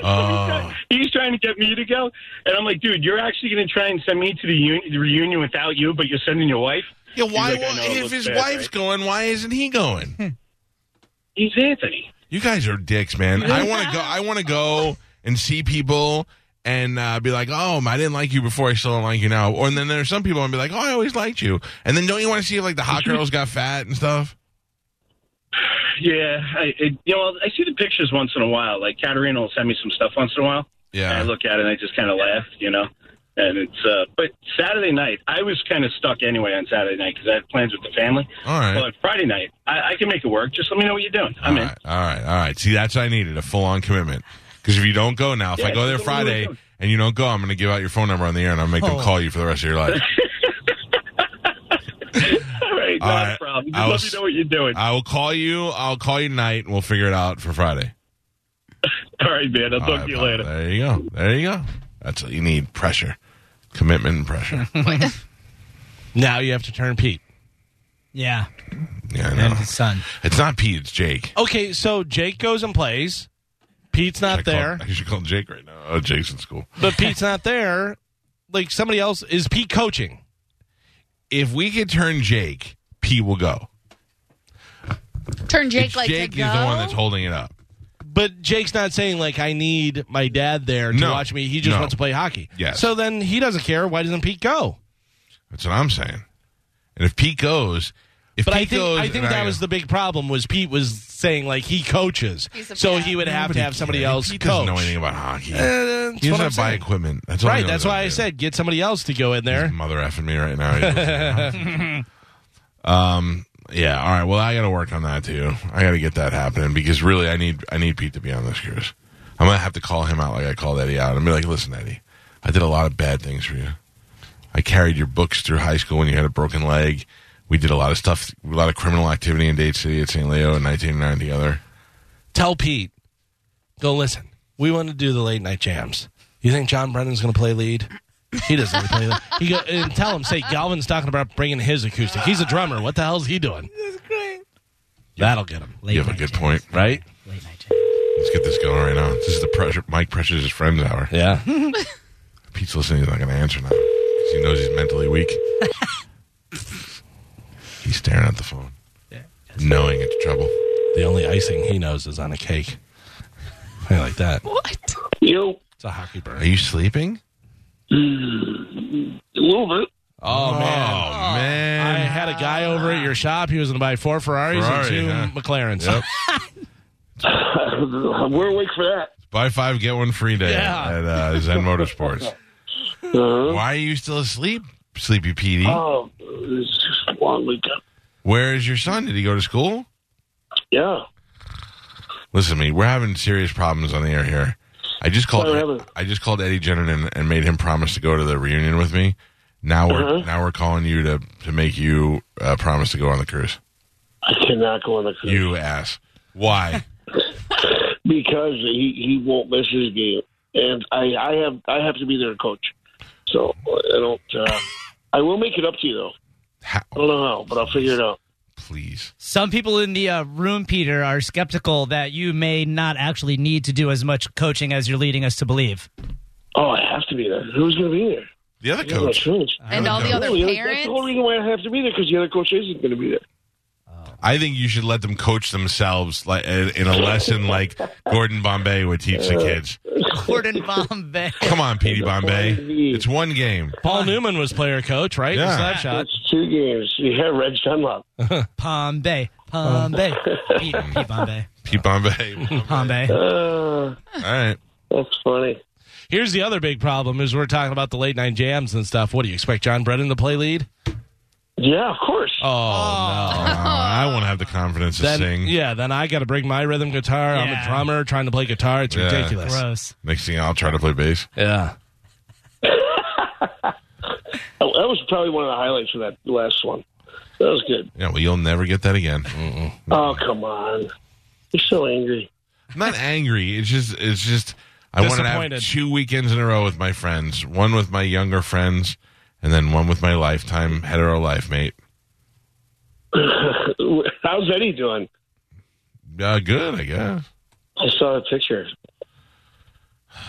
Speaker 1: Oh.
Speaker 11: he's trying to get me to go, and I'm like, dude, you're actually going to try and send me to the, un- the reunion without you, but you're sending your wife. (laughs)
Speaker 1: Yeah. Why?
Speaker 11: He's like, I
Speaker 1: won't-
Speaker 11: know it
Speaker 1: if
Speaker 11: looks
Speaker 1: his
Speaker 11: bad,
Speaker 1: wife's
Speaker 11: right?
Speaker 1: going, why isn't he going?
Speaker 11: He's Anthony.
Speaker 1: You guys are dicks, man. I want to go. I want to go and see people and uh, be like, "Oh, I didn't like you before. I still don't like you now." Or and then there's some people and be like, "Oh, I always liked you." And then don't you want to see if like the hot girls got fat and stuff?
Speaker 11: Yeah, I, it, you know, I see the pictures once in a while. Like Katerina will send me some stuff once in a while. And I
Speaker 1: Yeah.
Speaker 11: look at it and I just kind of laugh, you know. And it's uh, but Saturday night I was kind of stuck anyway on Saturday night because I had plans with the family.
Speaker 1: All right.
Speaker 11: But Friday night I, I can make it work. Just let me know what you're doing.
Speaker 1: All
Speaker 11: I'm in.
Speaker 1: right. All right. All right. See, that's what I needed—a full-on commitment. Because if you don't go now, if I
Speaker 11: Yeah,
Speaker 1: go there
Speaker 11: that's what we were
Speaker 1: Friday
Speaker 11: doing.
Speaker 1: and you don't go, I'm going to give out your phone number on the air and I'll make them
Speaker 2: Oh.
Speaker 1: call you for the rest of your life.
Speaker 11: (laughs) All right,
Speaker 1: All
Speaker 11: not
Speaker 1: right.
Speaker 11: a problem.
Speaker 1: I
Speaker 11: Just let
Speaker 1: was-
Speaker 11: me know what you're doing.
Speaker 1: I will call you. I'll call you tonight and we'll figure it out for Friday.
Speaker 11: All right, man. I'll
Speaker 1: All
Speaker 11: talk
Speaker 1: right,
Speaker 11: to you
Speaker 1: pal.
Speaker 11: later.
Speaker 1: There you go. There you go. That's what you need pressure, commitment, and
Speaker 3: (laughs)
Speaker 1: pressure.
Speaker 3: (laughs) Now you have to turn Pete.
Speaker 2: Yeah,
Speaker 1: yeah, I
Speaker 2: and
Speaker 1: know.
Speaker 2: his son.
Speaker 1: It's not Pete. It's Jake.
Speaker 3: Okay, so Jake goes and plays. Pete's not
Speaker 1: I call-
Speaker 3: there,
Speaker 1: (laughs) I should call Jake right now. Oh, Jake's in school.
Speaker 3: but Pete's not there. Like somebody else is Pete coaching.
Speaker 1: If we could turn Jake, Pete will go.
Speaker 5: Turn Jake
Speaker 1: It's
Speaker 5: like
Speaker 1: Jake
Speaker 5: to
Speaker 1: is the one that's
Speaker 5: go. (laughs)
Speaker 1: holding it up.
Speaker 3: But Jake's not saying like I need my dad there to
Speaker 1: No.
Speaker 3: watch me. He just
Speaker 1: No.
Speaker 3: wants to play hockey.
Speaker 1: Yes.
Speaker 3: So then he doesn't care. Why doesn't Pete go?
Speaker 1: That's what I'm saying. And if Pete goes, if
Speaker 3: But
Speaker 1: Pete
Speaker 3: I think
Speaker 1: goes,
Speaker 3: I think
Speaker 1: and
Speaker 3: that was the big problem was Pete was saying like he coaches,
Speaker 5: He's a
Speaker 3: so
Speaker 5: bad-
Speaker 3: he would have
Speaker 1: Nobody
Speaker 3: to have somebody
Speaker 1: cares.
Speaker 3: else
Speaker 1: Pete
Speaker 3: coach.
Speaker 1: doesn't know anything about hockey.
Speaker 3: Uh, that's
Speaker 1: he
Speaker 3: what
Speaker 1: doesn't
Speaker 3: I'm
Speaker 1: have to buy
Speaker 3: saying.
Speaker 1: equipment. That's all he
Speaker 3: Right.
Speaker 1: knows
Speaker 3: That's
Speaker 1: how
Speaker 3: why
Speaker 1: to
Speaker 3: I
Speaker 1: do.
Speaker 3: said get somebody else to go in
Speaker 1: His
Speaker 3: there.
Speaker 1: mother effing me right now. um. Yeah. All right. Well, I got to work on that too. I got to get that happening because really, I need I need Pete to be on this cruise. I'm gonna have to call him out like I called Eddie out. I'm be like, listen, Eddie, I did a lot of bad things for you. I carried your books through high school when you had a broken leg. We did a lot of stuff, a lot of criminal activity in Dade City at St. Leo in 1989 together.
Speaker 3: Tell Pete, go listen. We want to do the late night jams. You think John Brennan's going to play lead? He doesn't really play lead. He go and tell him. Say Galvin's talking about bringing his acoustic. He's a drummer. What the hell's he doing? That'll get him.
Speaker 2: Late
Speaker 1: you have a
Speaker 2: night
Speaker 1: good
Speaker 2: jam.
Speaker 1: point,
Speaker 3: Right?
Speaker 2: Late night. jam.
Speaker 1: Let's get this going right now. This is the pressure. Mike pressures his friends hour.
Speaker 3: Yeah.
Speaker 1: Pete's listening. He's not going to answer now because he knows he's mentally weak. he's staring at the phone, knowing it's trouble.
Speaker 3: The only icing he knows is on a cake. I like that.
Speaker 5: What?
Speaker 11: You
Speaker 3: It's a hockey
Speaker 1: Are
Speaker 3: bird.
Speaker 1: you sleeping?
Speaker 11: a little bit. (coughs)
Speaker 3: Oh, man.
Speaker 1: Oh
Speaker 3: I
Speaker 1: man!
Speaker 3: had a guy over at your shop. He was going to buy four Ferraris
Speaker 1: Ferrari, huh?
Speaker 3: and two McLarens.
Speaker 1: Yep.
Speaker 11: We're awake for that.
Speaker 1: Buy five get one free day
Speaker 3: Yeah.
Speaker 1: at uh, Zen Motorsports. Why are you still asleep, Sleepy Petey?
Speaker 11: Oh, it's just long weekend.
Speaker 1: Where is your son? Did he go to school?
Speaker 11: Yeah.
Speaker 1: Listen to me. We're having serious problems on the air here. I just called.
Speaker 11: What happened?
Speaker 1: I just called Eddie Jenner and, and made him promise to go to the reunion with me. Now we're
Speaker 11: Uh-huh.
Speaker 1: now we're calling you to to make you uh, promise to go on the cruise.
Speaker 11: I cannot go on the cruise
Speaker 1: You ass.
Speaker 11: (laughs)
Speaker 1: Why?
Speaker 11: because he, he won't miss his game, and I, I have I have to be there to coach.
Speaker 1: (laughs)
Speaker 11: So I don't. Uh, I will make it up to you though.
Speaker 1: How?
Speaker 11: I don't know how, but I'll figure it out.
Speaker 1: please.
Speaker 2: Some people in the uh, room, Peter, are skeptical that you may not actually need to do as much coaching as you're leading us to believe.
Speaker 11: Oh, I have to be there. Who's going to be there?
Speaker 1: The other
Speaker 11: I got no
Speaker 1: coach,
Speaker 11: choice.
Speaker 5: and all the other
Speaker 11: Really, that's the whole
Speaker 5: parents.
Speaker 11: reason why I have to be there because the other coach isn't going to be there.
Speaker 1: I think you should let them coach themselves like uh, in a lesson like Gordon Bombay would teach the
Speaker 11: Uh,
Speaker 1: kids.
Speaker 2: Gordon Bombay.
Speaker 1: Come on, Petey Bombay. It's one game.
Speaker 3: Paul Newman was player coach, right?
Speaker 1: Yeah.
Speaker 3: Slap shot.
Speaker 11: That's two games. Yeah, Reg Dunlop.
Speaker 2: Bombay. (laughs) Bombay. Pete, Pete Bombay.
Speaker 1: Pete Bombay. (laughs) All
Speaker 2: Bombay.
Speaker 11: Uh,
Speaker 1: right.
Speaker 11: that's funny.
Speaker 3: Here's the other big problem: is we're talking about the late night jams and stuff. What do you expect, John Brennan to play lead?
Speaker 11: Yeah, of course.
Speaker 3: Oh,
Speaker 1: Uh, I won't have the confidence to
Speaker 3: no! Then,
Speaker 1: sing.
Speaker 3: yeah, then I got to bring my rhythm guitar. I'm a
Speaker 2: Yeah.
Speaker 3: drummer trying to play guitar. It's
Speaker 1: Yeah.
Speaker 3: ridiculous.
Speaker 2: Gross.
Speaker 1: Next thing I'll try to play bass.
Speaker 3: Yeah.
Speaker 11: Oh, that was probably one of the highlights of that last one. That was good.
Speaker 1: Yeah, well, you'll never get that again.
Speaker 11: Oh, come on. You're so angry. (laughs)
Speaker 1: I'm not angry. It's just, it's just, I want to have
Speaker 3: Disappointed.
Speaker 1: two weekends in a row with my friends. One with my younger friends, and then one with my lifetime hetero life mate.
Speaker 11: How's Eddie doing?
Speaker 1: Uh, good, I guess.
Speaker 11: I saw the picture. (sighs)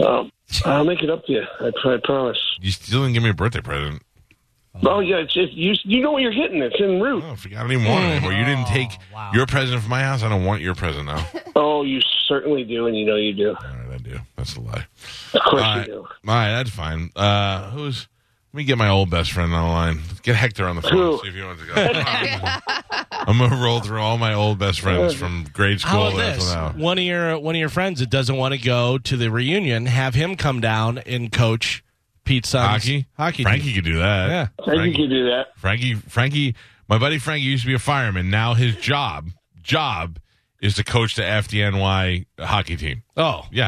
Speaker 11: Um, I'll make it up to you. I, I promise.
Speaker 1: You still didn't give me a birthday present.
Speaker 11: Oh yeah, it's, it's, you you know what you're getting. It's en route.
Speaker 1: Oh, I forgot. I didn't want
Speaker 3: Mm-hmm.
Speaker 1: it anymore. You didn't take
Speaker 3: Oh,
Speaker 1: your present from my house. I don't want your present now. (laughs)
Speaker 11: Oh, you certainly do, and you know you do.
Speaker 1: All right, I do. That's a lie.
Speaker 11: Of
Speaker 1: All
Speaker 11: course you
Speaker 1: right.
Speaker 11: do.
Speaker 1: All right, that's fine. Uh, who's? Let me get my old best friend on the line. Let's get Hector on the phone.
Speaker 11: Who?
Speaker 1: See if he wants to go. I'm gonna roll through all my old best friends from grade school
Speaker 3: How
Speaker 1: to
Speaker 3: about this?
Speaker 1: now.
Speaker 3: One of your one of your friends that doesn't want to go to the reunion, have him come down and coach Pete's son's
Speaker 1: Hockey,
Speaker 3: hockey team.
Speaker 1: Frankie could do that.
Speaker 3: Yeah.
Speaker 11: I think
Speaker 1: Frankie,
Speaker 11: you do that.
Speaker 1: Frankie, Frankie. My buddy Frankie used to be a fireman. Now his job job is to coach the FDNY hockey team.
Speaker 3: Oh,
Speaker 1: Yeah.